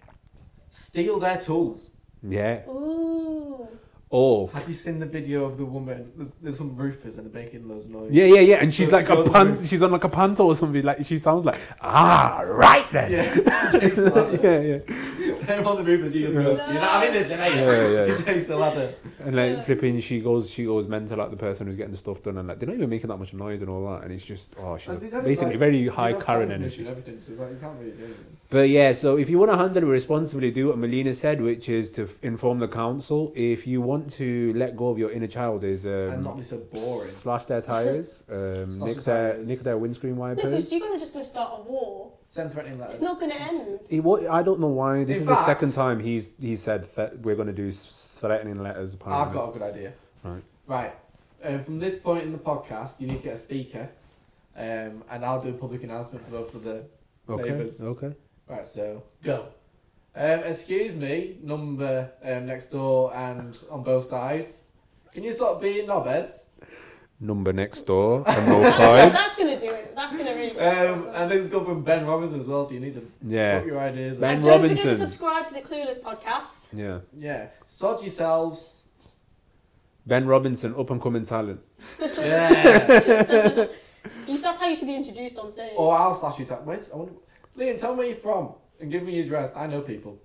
[SPEAKER 2] Steal their tools.
[SPEAKER 1] yeah. Oh.
[SPEAKER 4] Ooh.
[SPEAKER 1] Or
[SPEAKER 2] Have you seen the video of the woman? There's, there's some roofers and they're making those noises. *laughs*
[SPEAKER 1] Yeah, yeah, yeah. And
[SPEAKER 2] So
[SPEAKER 1] she's
[SPEAKER 2] she
[SPEAKER 1] like a
[SPEAKER 2] goes
[SPEAKER 1] pan-
[SPEAKER 2] with-
[SPEAKER 1] she's on like a *laughs* panto or something. Like she sounds like ah, right then.
[SPEAKER 2] Yeah. Takes that.
[SPEAKER 1] yeah, yeah.
[SPEAKER 2] came on the roof and she just
[SPEAKER 1] Yeah.
[SPEAKER 2] goes, You're not having this, mate.
[SPEAKER 1] Yeah, yeah, yeah.
[SPEAKER 2] *laughs* She takes the ladder.
[SPEAKER 1] And like flipping, she goes, she goes mental like the person who's getting the stuff done, and like they're not even making that much noise and all that, and it's just oh, she's
[SPEAKER 2] And they don't,
[SPEAKER 1] basically
[SPEAKER 2] like,
[SPEAKER 1] very
[SPEAKER 2] You
[SPEAKER 1] high
[SPEAKER 2] don't
[SPEAKER 1] current
[SPEAKER 2] have
[SPEAKER 1] energy.
[SPEAKER 2] permission and Everything, so it's like, you can't really do anything.
[SPEAKER 1] But yeah, so if you want to handle it responsibly, do what Melina said, which is to f- inform the council. If you want to let go of your inner child, is
[SPEAKER 2] and
[SPEAKER 1] um,
[SPEAKER 2] not be so boring.
[SPEAKER 1] slash their
[SPEAKER 2] *laughs*
[SPEAKER 1] tires, um,
[SPEAKER 2] Slash
[SPEAKER 1] nick
[SPEAKER 2] the
[SPEAKER 1] their
[SPEAKER 2] tyres.
[SPEAKER 1] nick their windscreen
[SPEAKER 4] No, because
[SPEAKER 1] wipers.
[SPEAKER 4] you guys are just going to start a war.
[SPEAKER 2] Send threatening letters.
[SPEAKER 4] It's not going to end.
[SPEAKER 1] It, wa I don't know why. This
[SPEAKER 2] In
[SPEAKER 1] is the
[SPEAKER 2] fact-
[SPEAKER 1] second time he's he said that we're going to do s- threatening letters. Apparently.
[SPEAKER 2] I've got a good idea.
[SPEAKER 1] Right.
[SPEAKER 2] Right. Uh, from this point in the podcast, you need to get a speaker, um, and I'll do a public announcement for both of the.
[SPEAKER 1] okay.
[SPEAKER 2] neighbours.
[SPEAKER 1] Okay.
[SPEAKER 2] Right. So go. Um, excuse me, number um, next door and on both sides. Can you stop being knobheads?
[SPEAKER 1] Number next door and both sides.
[SPEAKER 4] *laughs* That's going to do it. That's going to really.
[SPEAKER 2] Um, and this is come from Ben Robinson as well, so you need to
[SPEAKER 1] Yeah.
[SPEAKER 2] put your ideas.
[SPEAKER 1] Ben
[SPEAKER 2] out.
[SPEAKER 4] and
[SPEAKER 1] Rob-
[SPEAKER 4] don't forget to
[SPEAKER 1] Robinson.
[SPEAKER 4] subscribe to the Clueless podcast.
[SPEAKER 1] Yeah.
[SPEAKER 2] yeah. Sod yourselves.
[SPEAKER 1] Ben Robinson, up and coming talent.
[SPEAKER 2] Yeah.
[SPEAKER 4] You- That's how you should be introduced on stage.
[SPEAKER 2] Or I'll slash you down. Wait, I wonder... Liam, tell me where you're from and give me your address. I know people.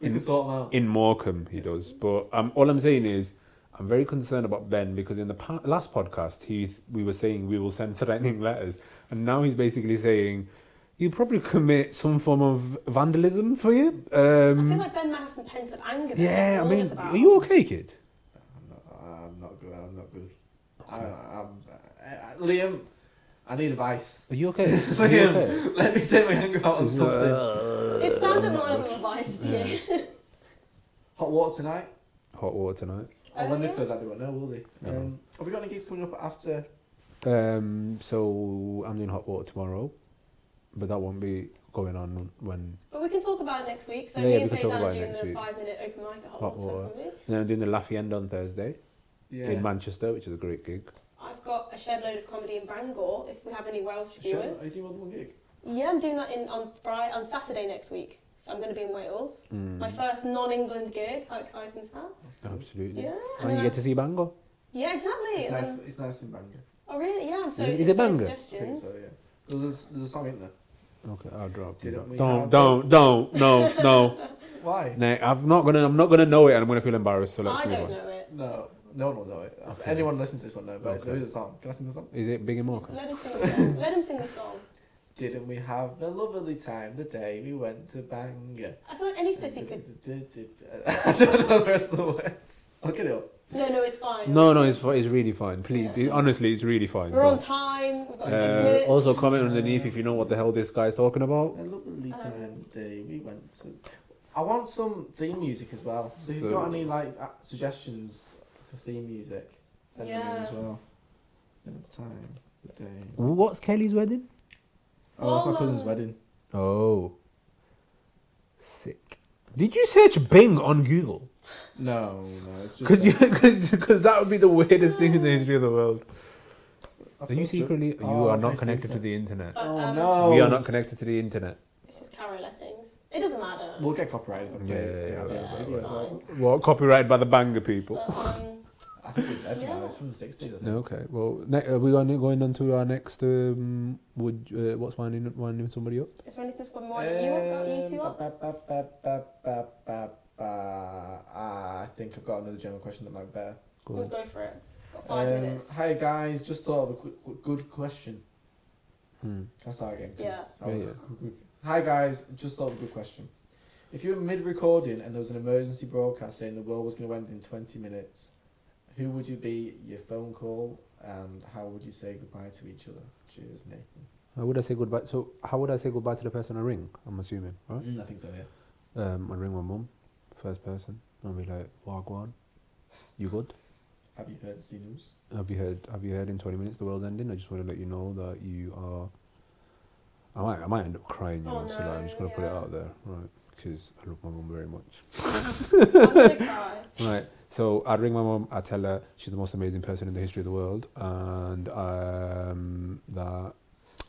[SPEAKER 2] You
[SPEAKER 1] In-
[SPEAKER 2] can sort them out.
[SPEAKER 1] In Morecambe, he does. But um, all I'm saying is, I'm very concerned about Ben because in the pa- last podcast, he we were saying we will send *laughs* threatening letters, and now he's basically saying you probably commit some form of vandalism for you.
[SPEAKER 4] I feel
[SPEAKER 1] Um,
[SPEAKER 4] like Ben might have some pent up anger. that
[SPEAKER 1] yeah, I
[SPEAKER 4] he's told
[SPEAKER 1] mean,
[SPEAKER 4] us about.
[SPEAKER 1] are you okay, kid?
[SPEAKER 2] I'm not, I'm not good. I'm not good. I, I'm, I, I- Liam, I need advice. *laughs*
[SPEAKER 1] Are you okay? Are you okay?
[SPEAKER 2] Liam, let me take my anger out on
[SPEAKER 1] uh,
[SPEAKER 2] something.
[SPEAKER 4] It's standard line of advice for you.
[SPEAKER 2] Hot water tonight?
[SPEAKER 1] Hot water tonight.
[SPEAKER 2] And Oh, when this
[SPEAKER 4] yeah.
[SPEAKER 2] goes out, they won't know, will they?
[SPEAKER 1] No.
[SPEAKER 2] Um, have we got any gigs coming up after?
[SPEAKER 1] Um, so I'm doing hot water tomorrow, but that won't be going on when
[SPEAKER 4] But we can talk about it next week. So
[SPEAKER 1] Yeah, yeah,
[SPEAKER 4] me and
[SPEAKER 1] we can talk
[SPEAKER 4] Faizan
[SPEAKER 1] about it
[SPEAKER 4] are doing
[SPEAKER 1] next
[SPEAKER 4] the
[SPEAKER 1] week.
[SPEAKER 4] five minute open mic at Hot,
[SPEAKER 1] Hot
[SPEAKER 4] Water.
[SPEAKER 1] Water.
[SPEAKER 4] Comedy.
[SPEAKER 1] And then I'm doing the Lafayette on Thursday
[SPEAKER 2] Yeah.
[SPEAKER 1] in Manchester, which is a great gig.
[SPEAKER 4] I've got a shed load of comedy in Bangor. If we have any Welsh
[SPEAKER 2] Sure.
[SPEAKER 4] viewers,
[SPEAKER 2] Are you doing more than one gig?
[SPEAKER 4] yeah, I'm doing that in on Friday, on Saturday next week. So I'm going to be in Wales.
[SPEAKER 1] Mm. Hmm.
[SPEAKER 4] My first non-England gig. How exciting is that?
[SPEAKER 2] That's good.
[SPEAKER 1] Absolutely.
[SPEAKER 4] Yeah.
[SPEAKER 1] And Oh, you
[SPEAKER 4] then
[SPEAKER 1] get
[SPEAKER 4] I-
[SPEAKER 1] to see Bangor.
[SPEAKER 4] yeah, exactly.
[SPEAKER 2] It's
[SPEAKER 4] And
[SPEAKER 2] nice,
[SPEAKER 4] then-
[SPEAKER 2] it's nice in Bangor.
[SPEAKER 4] oh really? Yeah. So
[SPEAKER 1] Is it-
[SPEAKER 4] if
[SPEAKER 1] is
[SPEAKER 4] you've
[SPEAKER 1] it
[SPEAKER 4] got
[SPEAKER 1] Bangor?
[SPEAKER 2] I think
[SPEAKER 4] Suggestions.
[SPEAKER 2] so, yeah. There's, there's a song in there.
[SPEAKER 1] Okay, I'll drop.
[SPEAKER 2] Didn't we
[SPEAKER 1] Don't,
[SPEAKER 2] have-
[SPEAKER 1] don't, don't,
[SPEAKER 2] *laughs*
[SPEAKER 1] no, no.
[SPEAKER 4] *laughs*
[SPEAKER 2] Why?
[SPEAKER 1] Nah, I'm not gonna, I'm not gonna know it, and I'm gonna feel embarrassed. So let's
[SPEAKER 4] I
[SPEAKER 1] move
[SPEAKER 4] don't
[SPEAKER 1] on.
[SPEAKER 4] know it.
[SPEAKER 2] No, no one will know it.
[SPEAKER 1] Okay.
[SPEAKER 2] Anyone listens to this one know, but
[SPEAKER 1] Okay.
[SPEAKER 2] there is a song. Can I sing the song?
[SPEAKER 1] Is it Big and Mocha?
[SPEAKER 4] Let him sing the song. Let him sing the song.
[SPEAKER 2] Didn't we have a lovely time the day we went to Bangor?
[SPEAKER 4] I feel like any city could.
[SPEAKER 2] uh, *laughs* I don't know the rest of the words. I'll get it up.
[SPEAKER 4] No, no, it's fine.
[SPEAKER 1] No, no, it's fi- it's really fine. Please,
[SPEAKER 4] Yeah.
[SPEAKER 1] it- honestly, it's really fine.
[SPEAKER 4] We're on
[SPEAKER 1] Don't-
[SPEAKER 4] time. We've got six
[SPEAKER 1] Uh,
[SPEAKER 4] minutes.
[SPEAKER 1] also, comment underneath if you know what the hell this guy's talking about.
[SPEAKER 2] A lovely
[SPEAKER 4] Um,
[SPEAKER 2] time the day we went to. I want some theme music as well. So if you've
[SPEAKER 1] So-
[SPEAKER 2] got any like uh, suggestions for theme music, send them in as
[SPEAKER 4] Yeah.
[SPEAKER 2] well. The time the day.
[SPEAKER 1] What's Kelly's wedding?
[SPEAKER 2] Oh, it's
[SPEAKER 4] Well,
[SPEAKER 2] my cousin's
[SPEAKER 4] um,
[SPEAKER 2] wedding.
[SPEAKER 1] Oh, sick. Did you search Bing on *laughs* Google?
[SPEAKER 2] No, no, it's just.
[SPEAKER 1] Because
[SPEAKER 2] that-
[SPEAKER 1] you,
[SPEAKER 2] *laughs*
[SPEAKER 1] because, because that would be the weirdest thing in the history of the world.
[SPEAKER 2] I
[SPEAKER 1] Are you
[SPEAKER 2] thought you-
[SPEAKER 1] secretly?
[SPEAKER 2] Oh,
[SPEAKER 1] you are
[SPEAKER 2] I
[SPEAKER 1] not
[SPEAKER 2] see.
[SPEAKER 1] connected to the internet.
[SPEAKER 4] But,
[SPEAKER 2] Oh
[SPEAKER 4] um,
[SPEAKER 2] no!
[SPEAKER 1] We are not connected to the internet.
[SPEAKER 4] It's just Carol Lettings. It doesn't matter.
[SPEAKER 2] We'll get copyrighted. if I play
[SPEAKER 1] Yeah,
[SPEAKER 2] it.
[SPEAKER 1] yeah,
[SPEAKER 4] yeah,
[SPEAKER 2] but
[SPEAKER 4] it's
[SPEAKER 2] it's
[SPEAKER 4] fine.
[SPEAKER 2] like-
[SPEAKER 1] Well, copyrighted by the banger people.
[SPEAKER 4] But, um,
[SPEAKER 2] I think it's dead now.
[SPEAKER 4] Yeah.
[SPEAKER 2] It's from the sixties. I think.
[SPEAKER 1] Okay. Well, ne- are we going going on to our next? Um, would uh, what's winding winding somebody up?
[SPEAKER 4] is there anything one more that you want about you two
[SPEAKER 2] Um,
[SPEAKER 4] up?
[SPEAKER 2] ba- ba- ba- ba- ba- ba- ba- I think I've got another general question that might be better.
[SPEAKER 1] Go
[SPEAKER 4] We'll
[SPEAKER 1] on.
[SPEAKER 4] go for it. Got five
[SPEAKER 2] Um,
[SPEAKER 1] *laughs*
[SPEAKER 4] minutes.
[SPEAKER 2] Hi guys, just thought of a quick, quick- good question.
[SPEAKER 1] Hmm.
[SPEAKER 2] Can I start again? 'Cause
[SPEAKER 4] Yeah.
[SPEAKER 2] that
[SPEAKER 1] Yeah,
[SPEAKER 2] was- Hi guys, just thought of a good question. If you were mid-recording and there was an emergency broadcast saying the world was going to end in twenty minutes, who would you be? Your phone call, and how would you say goodbye to each other? Cheers, Nathan.
[SPEAKER 1] How would I say goodbye? So how would I say goodbye to the person I ring? I'm assuming, right?
[SPEAKER 2] Mm, I think so. Yeah.
[SPEAKER 1] Um, I ring my mum, first person. and I'll be like, Wagwan, you good?
[SPEAKER 2] Have you heard the sea news?
[SPEAKER 1] Have you heard? Have you heard? In 20 minutes, the world's ending. I just want to let you know that you are. I might, I might end up crying, you
[SPEAKER 4] Oh
[SPEAKER 1] know. so like, I'm just
[SPEAKER 4] no,
[SPEAKER 1] gonna put it
[SPEAKER 4] yeah.
[SPEAKER 1] out there, right? Because I love my mum very much.
[SPEAKER 4] I'm gonna cry.
[SPEAKER 1] Right. So I'd ring my mum. I tell her she's the most amazing person in the history of the world, and um, that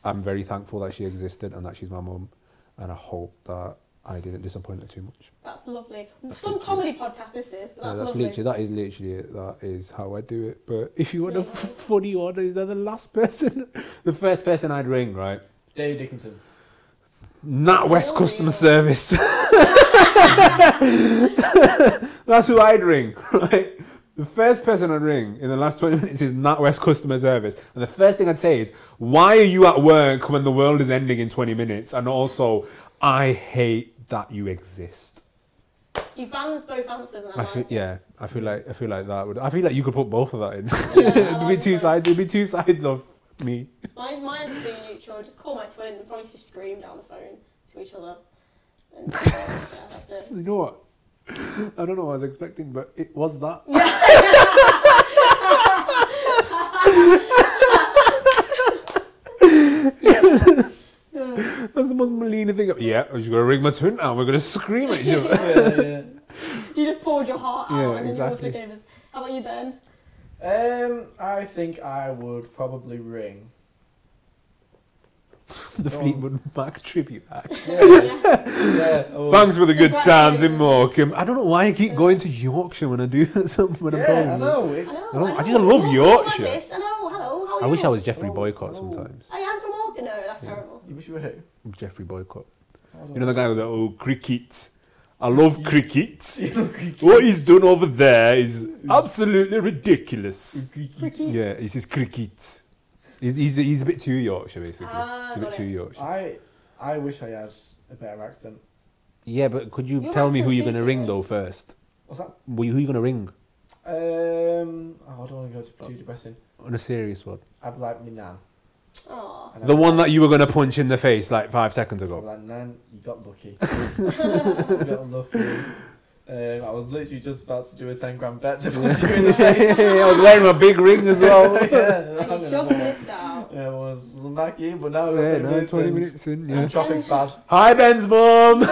[SPEAKER 1] I'm very thankful that she existed and that she's my mum, and I hope that I didn't disappoint her too much.
[SPEAKER 4] That's lovely.
[SPEAKER 1] That's
[SPEAKER 4] Some
[SPEAKER 1] literally-
[SPEAKER 4] comedy podcast this is, but
[SPEAKER 1] Yeah,
[SPEAKER 4] that's,
[SPEAKER 1] that's
[SPEAKER 4] lovely.
[SPEAKER 1] literally that is literally it. That is how I do it. But if you want a
[SPEAKER 4] Yeah.
[SPEAKER 1] f- *laughs* funny one, is that the last person, *laughs* the first person I'd ring, right?
[SPEAKER 2] Dave Dickinson.
[SPEAKER 1] Not West
[SPEAKER 4] Oh,
[SPEAKER 1] Customer
[SPEAKER 4] yeah.
[SPEAKER 1] Service. *laughs* That's who I'd ring, *laughs* right? The first person I'd ring in the last 20 minutes is NatWest customer service. And the first thing I'd say is, why are you at work when the world is ending in 20 minutes? And also, I hate that you exist.
[SPEAKER 4] You've balanced both answers. And I
[SPEAKER 1] I feel,
[SPEAKER 4] like it.
[SPEAKER 1] yeah, I feel like I feel like that would. I feel like you could put both of that in. *laughs*
[SPEAKER 4] Yeah, I
[SPEAKER 1] it'd be
[SPEAKER 4] like
[SPEAKER 1] two
[SPEAKER 4] that.
[SPEAKER 1] sides. It'd be two sides of me.
[SPEAKER 4] Mine, mine would be neutral. Just call my twin and probably just scream down the phone to each other.
[SPEAKER 1] *laughs*
[SPEAKER 4] And, yeah, that's it.
[SPEAKER 1] You know what? I don't know what I was expecting, but it was that. That's the most Molina thing. Yeah, I'm just gonna ring my twin now. We're gonna scream at each other.
[SPEAKER 2] *laughs* yeah,
[SPEAKER 4] You just poured your heart out,
[SPEAKER 1] Yeah,
[SPEAKER 4] and then
[SPEAKER 1] exactly.
[SPEAKER 4] you also gave us. How about you, Ben?
[SPEAKER 1] *laughs*
[SPEAKER 2] yeah. Um, I think I would probably ring.
[SPEAKER 1] *laughs*
[SPEAKER 4] *laughs*
[SPEAKER 1] the
[SPEAKER 2] Go on.
[SPEAKER 1] Fleetwood Mac tribute act.
[SPEAKER 2] Yeah,
[SPEAKER 4] Yeah.
[SPEAKER 2] yeah. I
[SPEAKER 1] *laughs*
[SPEAKER 2] would.
[SPEAKER 1] Thanks for the good
[SPEAKER 4] Congratulations.
[SPEAKER 1] times in Morecambe. I don't know why I keep going to Yorkshire when I do *laughs* something when I'm
[SPEAKER 2] yeah, I
[SPEAKER 1] going.
[SPEAKER 2] know.
[SPEAKER 4] I
[SPEAKER 2] It's,
[SPEAKER 4] know.
[SPEAKER 1] I don't- I just love
[SPEAKER 4] I'm
[SPEAKER 1] Yorkshire.
[SPEAKER 4] Like this. I know. Hello. How are
[SPEAKER 1] I wish
[SPEAKER 4] you?
[SPEAKER 1] I was Jeffrey
[SPEAKER 2] Oh,
[SPEAKER 1] Boycott
[SPEAKER 2] oh.
[SPEAKER 1] sometimes.
[SPEAKER 4] I am from Organ. No, that's terrible.
[SPEAKER 2] you wish you were who?
[SPEAKER 1] Jeffrey Boycott.
[SPEAKER 2] I don't
[SPEAKER 1] You know the guy with the oh cricket. I love cricket.
[SPEAKER 2] *laughs* You look like-
[SPEAKER 1] What he's done over there is absolutely ridiculous.
[SPEAKER 4] Freaky.
[SPEAKER 1] Yeah, he says cricket. He's, he's, he's a bit too Yorkshire basically.
[SPEAKER 4] Ah,
[SPEAKER 1] a bit
[SPEAKER 4] got
[SPEAKER 1] too
[SPEAKER 4] it.
[SPEAKER 1] Yorkshire.
[SPEAKER 2] I I wish I had a better accent.
[SPEAKER 1] Yeah, but could you
[SPEAKER 4] Your
[SPEAKER 1] tell me who
[SPEAKER 4] accent's
[SPEAKER 1] you're gonna
[SPEAKER 4] usually-
[SPEAKER 1] ring though first?
[SPEAKER 2] What's that?
[SPEAKER 1] Who you- who you gonna ring?
[SPEAKER 2] Um, oh, I don't want to go to too depressing.
[SPEAKER 1] On a serious one.
[SPEAKER 2] I'd like me nan.
[SPEAKER 4] Aw.
[SPEAKER 2] And
[SPEAKER 1] The
[SPEAKER 2] I'd-
[SPEAKER 1] one that you were gonna punch in the face like five seconds
[SPEAKER 2] I'd
[SPEAKER 1] *laughs*
[SPEAKER 2] be
[SPEAKER 1] ago.
[SPEAKER 2] like nan, you got
[SPEAKER 1] *laughs*
[SPEAKER 2] lucky. you got lucky. Um, I was literally just about to do a ten grand
[SPEAKER 1] *laughs*
[SPEAKER 2] bet to punch you in the face.
[SPEAKER 1] I was wearing my big ring as well.
[SPEAKER 2] *laughs* yeah,
[SPEAKER 4] And you just missed out.
[SPEAKER 2] Yeah, well, it's back here, but
[SPEAKER 1] *laughs*
[SPEAKER 2] now
[SPEAKER 1] Yeah,
[SPEAKER 2] it's
[SPEAKER 1] no, 20 minutes in,
[SPEAKER 2] Yeah.
[SPEAKER 1] yeah.
[SPEAKER 2] Traffic's bad.
[SPEAKER 1] Hi, Ben's mum!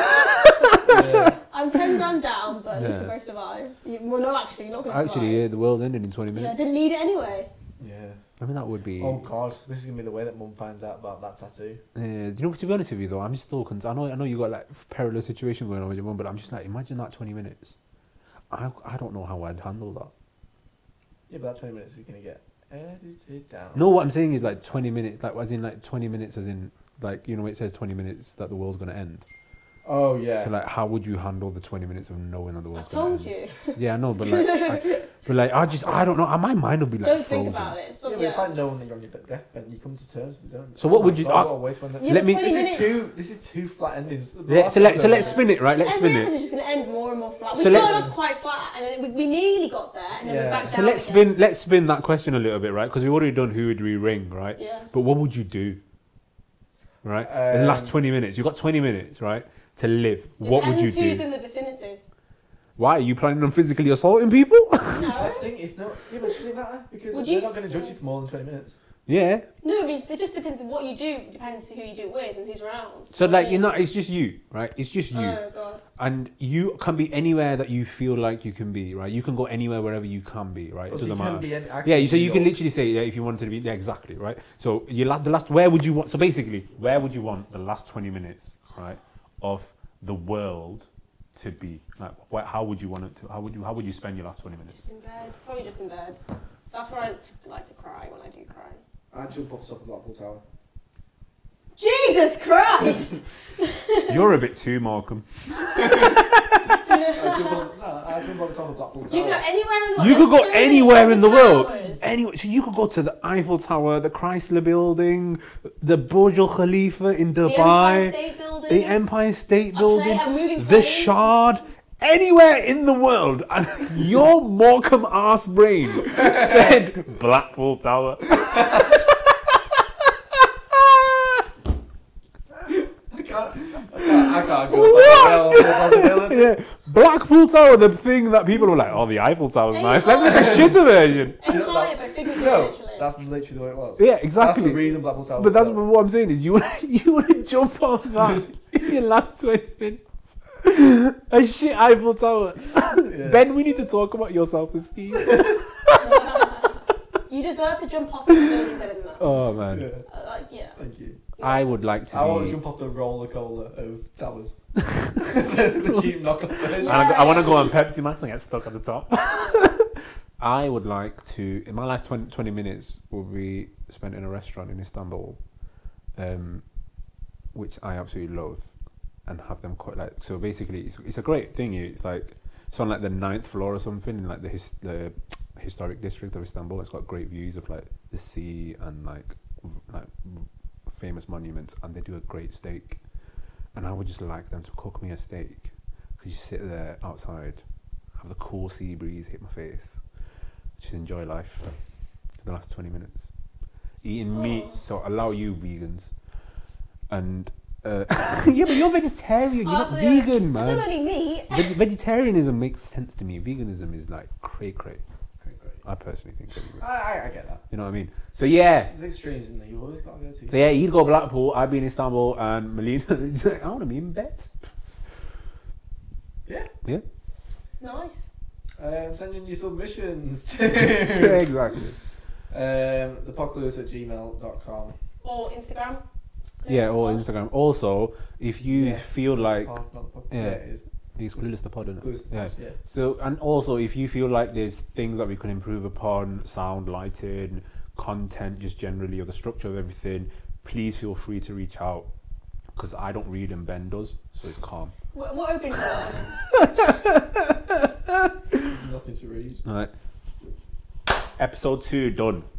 [SPEAKER 2] yeah.
[SPEAKER 4] I'm ten grand down, but at least
[SPEAKER 1] Yeah.
[SPEAKER 4] we're going to survive. You, well, no, actually, you're not going to survive.
[SPEAKER 1] Actually, yeah, the world ended in 20
[SPEAKER 4] yeah, I
[SPEAKER 1] minutes.
[SPEAKER 4] didn't need it anyway.
[SPEAKER 2] *laughs* yeah.
[SPEAKER 1] I mean, that would be.
[SPEAKER 2] Oh God, this is gonna be the way that Mum finds out about that tattoo.
[SPEAKER 1] Uh, you know, to be honest with you, though, I'm still concerned. I know, I know you got like perilous situation going on with your mum, but I'm just like, imagine that 20 minutes. I, I don't know how I'd handle that.
[SPEAKER 2] Yeah, but that twenty minutes is gonna get edited down.
[SPEAKER 1] No, what I'm saying is like 20 minutes, like as in like 20 minutes, as in like you know, it says 20 minutes that the world's gonna end.
[SPEAKER 2] Oh yeah.
[SPEAKER 1] So like, how would you handle the 20 minutes of knowing that the
[SPEAKER 4] I
[SPEAKER 1] world's gonna
[SPEAKER 4] told
[SPEAKER 1] end?
[SPEAKER 4] you.
[SPEAKER 1] Yeah, I know, but like,
[SPEAKER 4] *laughs*
[SPEAKER 1] I, but like, I just, I don't know. My mind will be like
[SPEAKER 4] Don't
[SPEAKER 1] frozen.
[SPEAKER 4] think about it. So,
[SPEAKER 2] yeah,
[SPEAKER 4] yeah,
[SPEAKER 2] but it's like knowing that you're on your death bed. You come to terms with it, don't you?
[SPEAKER 1] So what
[SPEAKER 2] Oh
[SPEAKER 1] would
[SPEAKER 2] my
[SPEAKER 1] you-
[SPEAKER 2] God,
[SPEAKER 1] I-
[SPEAKER 2] what a waste when the-
[SPEAKER 4] Yeah,
[SPEAKER 1] Let
[SPEAKER 4] but
[SPEAKER 1] me-
[SPEAKER 4] 20
[SPEAKER 2] This
[SPEAKER 4] minutes.
[SPEAKER 2] is too. This is too flat endings. The
[SPEAKER 1] Yeah,
[SPEAKER 2] last
[SPEAKER 1] so let so
[SPEAKER 2] episode-
[SPEAKER 1] let's spin it right. Let's
[SPEAKER 4] Every
[SPEAKER 1] spin it.
[SPEAKER 4] episode is just going to end more and more flat. We
[SPEAKER 1] So let's-
[SPEAKER 4] started off quite flat, and then we, we nearly got there, and then we're
[SPEAKER 2] Yeah.
[SPEAKER 4] back
[SPEAKER 1] So
[SPEAKER 4] down
[SPEAKER 1] let's
[SPEAKER 4] again.
[SPEAKER 1] spin let's spin that question a little bit, right? Because we've already done who would we ring, right?
[SPEAKER 4] Yeah.
[SPEAKER 1] But what would you do? Right? In *laughs* the last
[SPEAKER 2] Um,
[SPEAKER 1] 20 minutes. You've got 20 minutes, right? To live. what would you
[SPEAKER 4] Depends
[SPEAKER 1] do?
[SPEAKER 4] Who's in
[SPEAKER 1] *laughs*
[SPEAKER 4] the vicinity?
[SPEAKER 1] Why are you planning on physically assaulting people?
[SPEAKER 2] I
[SPEAKER 4] No,
[SPEAKER 2] think it's not. Yeah, but does it matter? Because
[SPEAKER 4] Would
[SPEAKER 2] they're
[SPEAKER 4] you
[SPEAKER 2] not going
[SPEAKER 4] s-
[SPEAKER 2] to judge you for more than twenty minutes.
[SPEAKER 1] yeah.
[SPEAKER 4] no. I mean, it just depends on what you do. Depends who you do it with and who's around.
[SPEAKER 1] So like you're
[SPEAKER 4] know.
[SPEAKER 1] not it's just you, right? It's just you.
[SPEAKER 4] Oh god.
[SPEAKER 1] and you can be anywhere that you feel like you can be, right? You can go anywhere wherever you can be, right? It
[SPEAKER 2] Also,
[SPEAKER 1] doesn't
[SPEAKER 2] you
[SPEAKER 1] matter.
[SPEAKER 2] Can be an actor
[SPEAKER 1] Yeah, so
[SPEAKER 2] in
[SPEAKER 1] you can
[SPEAKER 2] your-
[SPEAKER 1] literally say yeah if you wanted to be yeah, exactly right. So you la- the last where would you want? So basically, where would you want the last twenty minutes right of the world to be? Like, wh- how would you want it to? How would you how would you spend your last twenty
[SPEAKER 4] *laughs*
[SPEAKER 1] minutes?
[SPEAKER 4] Just in bed. Probably just in bed. That's where I t- like to cry when I do cry.
[SPEAKER 2] I jump off the top of Blackpool Tower.
[SPEAKER 4] Jesus
[SPEAKER 1] *laughs*
[SPEAKER 4] Christ!
[SPEAKER 1] You're a bit too Markham.
[SPEAKER 2] I jump off, no, I jump off the top of Blackpool Tower.
[SPEAKER 4] you could go anywhere in the world.
[SPEAKER 1] You could
[SPEAKER 4] There's
[SPEAKER 1] go
[SPEAKER 4] so many
[SPEAKER 1] anywhere in the world.
[SPEAKER 4] towers.
[SPEAKER 1] Anyway, so you could go to the Eiffel Tower, the Chrysler Building, the Burj Al Khalifa in
[SPEAKER 4] The Empire
[SPEAKER 1] Dubai,
[SPEAKER 4] State Building.
[SPEAKER 1] the Empire State
[SPEAKER 4] A
[SPEAKER 1] Building,
[SPEAKER 4] plane- a moving
[SPEAKER 1] the
[SPEAKER 4] plane.
[SPEAKER 1] Shard, anywhere in the world, *laughs* and your Morecambe ass
[SPEAKER 2] *laughs*
[SPEAKER 1] brain said Blackpool Tower.
[SPEAKER 2] I can't. I can't, I can't go off the top of the possibility.
[SPEAKER 1] yeah, Blackpool Tower, the thing that people were like, oh, the Eiffel Tower's nice. Let's make a shitter version.
[SPEAKER 4] Empire, but figuratively,
[SPEAKER 2] No,
[SPEAKER 4] literally.
[SPEAKER 2] that's literally the way it was.
[SPEAKER 1] Yeah,
[SPEAKER 2] That's the
[SPEAKER 1] exactly.
[SPEAKER 2] reason Blackpool Tower.
[SPEAKER 1] But
[SPEAKER 2] was
[SPEAKER 1] that's
[SPEAKER 2] built.
[SPEAKER 1] what I'm saying is you wanna- *laughs* you want to jump off
[SPEAKER 2] *laughs*
[SPEAKER 1] that in your last 20 minutes. *laughs* A shit Eiffel Tower.
[SPEAKER 2] Yeah.
[SPEAKER 1] Ben, we need to talk about your self-esteem.
[SPEAKER 2] *laughs*
[SPEAKER 4] *laughs* you deserve to jump off the building better than that.
[SPEAKER 1] oh man,
[SPEAKER 2] Yeah,
[SPEAKER 4] Uh, like, yeah.
[SPEAKER 2] thank you.
[SPEAKER 1] I would like to
[SPEAKER 2] I want to
[SPEAKER 1] be.
[SPEAKER 2] jump off the roller cola of
[SPEAKER 1] *laughs*
[SPEAKER 2] towers. the cheap knockoff version.
[SPEAKER 1] And I, want to go on Pepsi Max and get stuck at the top. I would like to. In my last 20, 20 minutes, will be spent in a restaurant in Istanbul, um, which I absolutely love. and have them cut like so. Basically, it's it's a great thing. you- It's like it's on like the ninth floor or something in like the his, the historic district of Istanbul. It's got great views of like the sea and like v- like v- famous monuments, and they do a great steak. And I would just like them to cook me a steak because you sit there outside, have the cool sea breeze hit my face, just enjoy life for the last twenty minutes. Eating meat,
[SPEAKER 4] Aw.
[SPEAKER 1] so allow you vegans, and uh, *laughs* yeah, but you're vegetarian. You're
[SPEAKER 4] Oh,
[SPEAKER 1] not
[SPEAKER 4] so you're-
[SPEAKER 1] vegan, man.
[SPEAKER 3] It's not only meat.
[SPEAKER 1] Veg- vegetarianism makes sense to me. Veganism is like cray cray.
[SPEAKER 2] Great, great.
[SPEAKER 1] I personally think anyway.
[SPEAKER 2] I, I, I get that.
[SPEAKER 1] You know what I mean? So yeah.
[SPEAKER 2] There's extremes in there. You've always got to go to.
[SPEAKER 1] So yeah, you'd go Blackpool, I'd be in Istanbul and Melina *laughs* is like, I wanna be in bed. *laughs*
[SPEAKER 2] Yeah.
[SPEAKER 1] Yeah.
[SPEAKER 4] Nice.
[SPEAKER 2] Um, send in your submissions *laughs*
[SPEAKER 1] yeah,
[SPEAKER 2] to
[SPEAKER 1] exactly.
[SPEAKER 2] um, thepoclewis at gmail.com.
[SPEAKER 4] Or Instagram.
[SPEAKER 1] Yeah, or Instagram. Also, if you feel like
[SPEAKER 2] yeah,
[SPEAKER 1] yeah.
[SPEAKER 2] it is.
[SPEAKER 1] he's clueless the pod, innit?
[SPEAKER 2] Clueless the Pod, yeah.
[SPEAKER 1] So, and also, if you feel like there's things that we can improve upon, sound, lighting, content, just generally, or the structure of everything, please feel free to reach out because I don't read and Ben does, so it's calm.
[SPEAKER 4] What, what opened the door?
[SPEAKER 2] Nothing to read.
[SPEAKER 1] All right. Episode two done.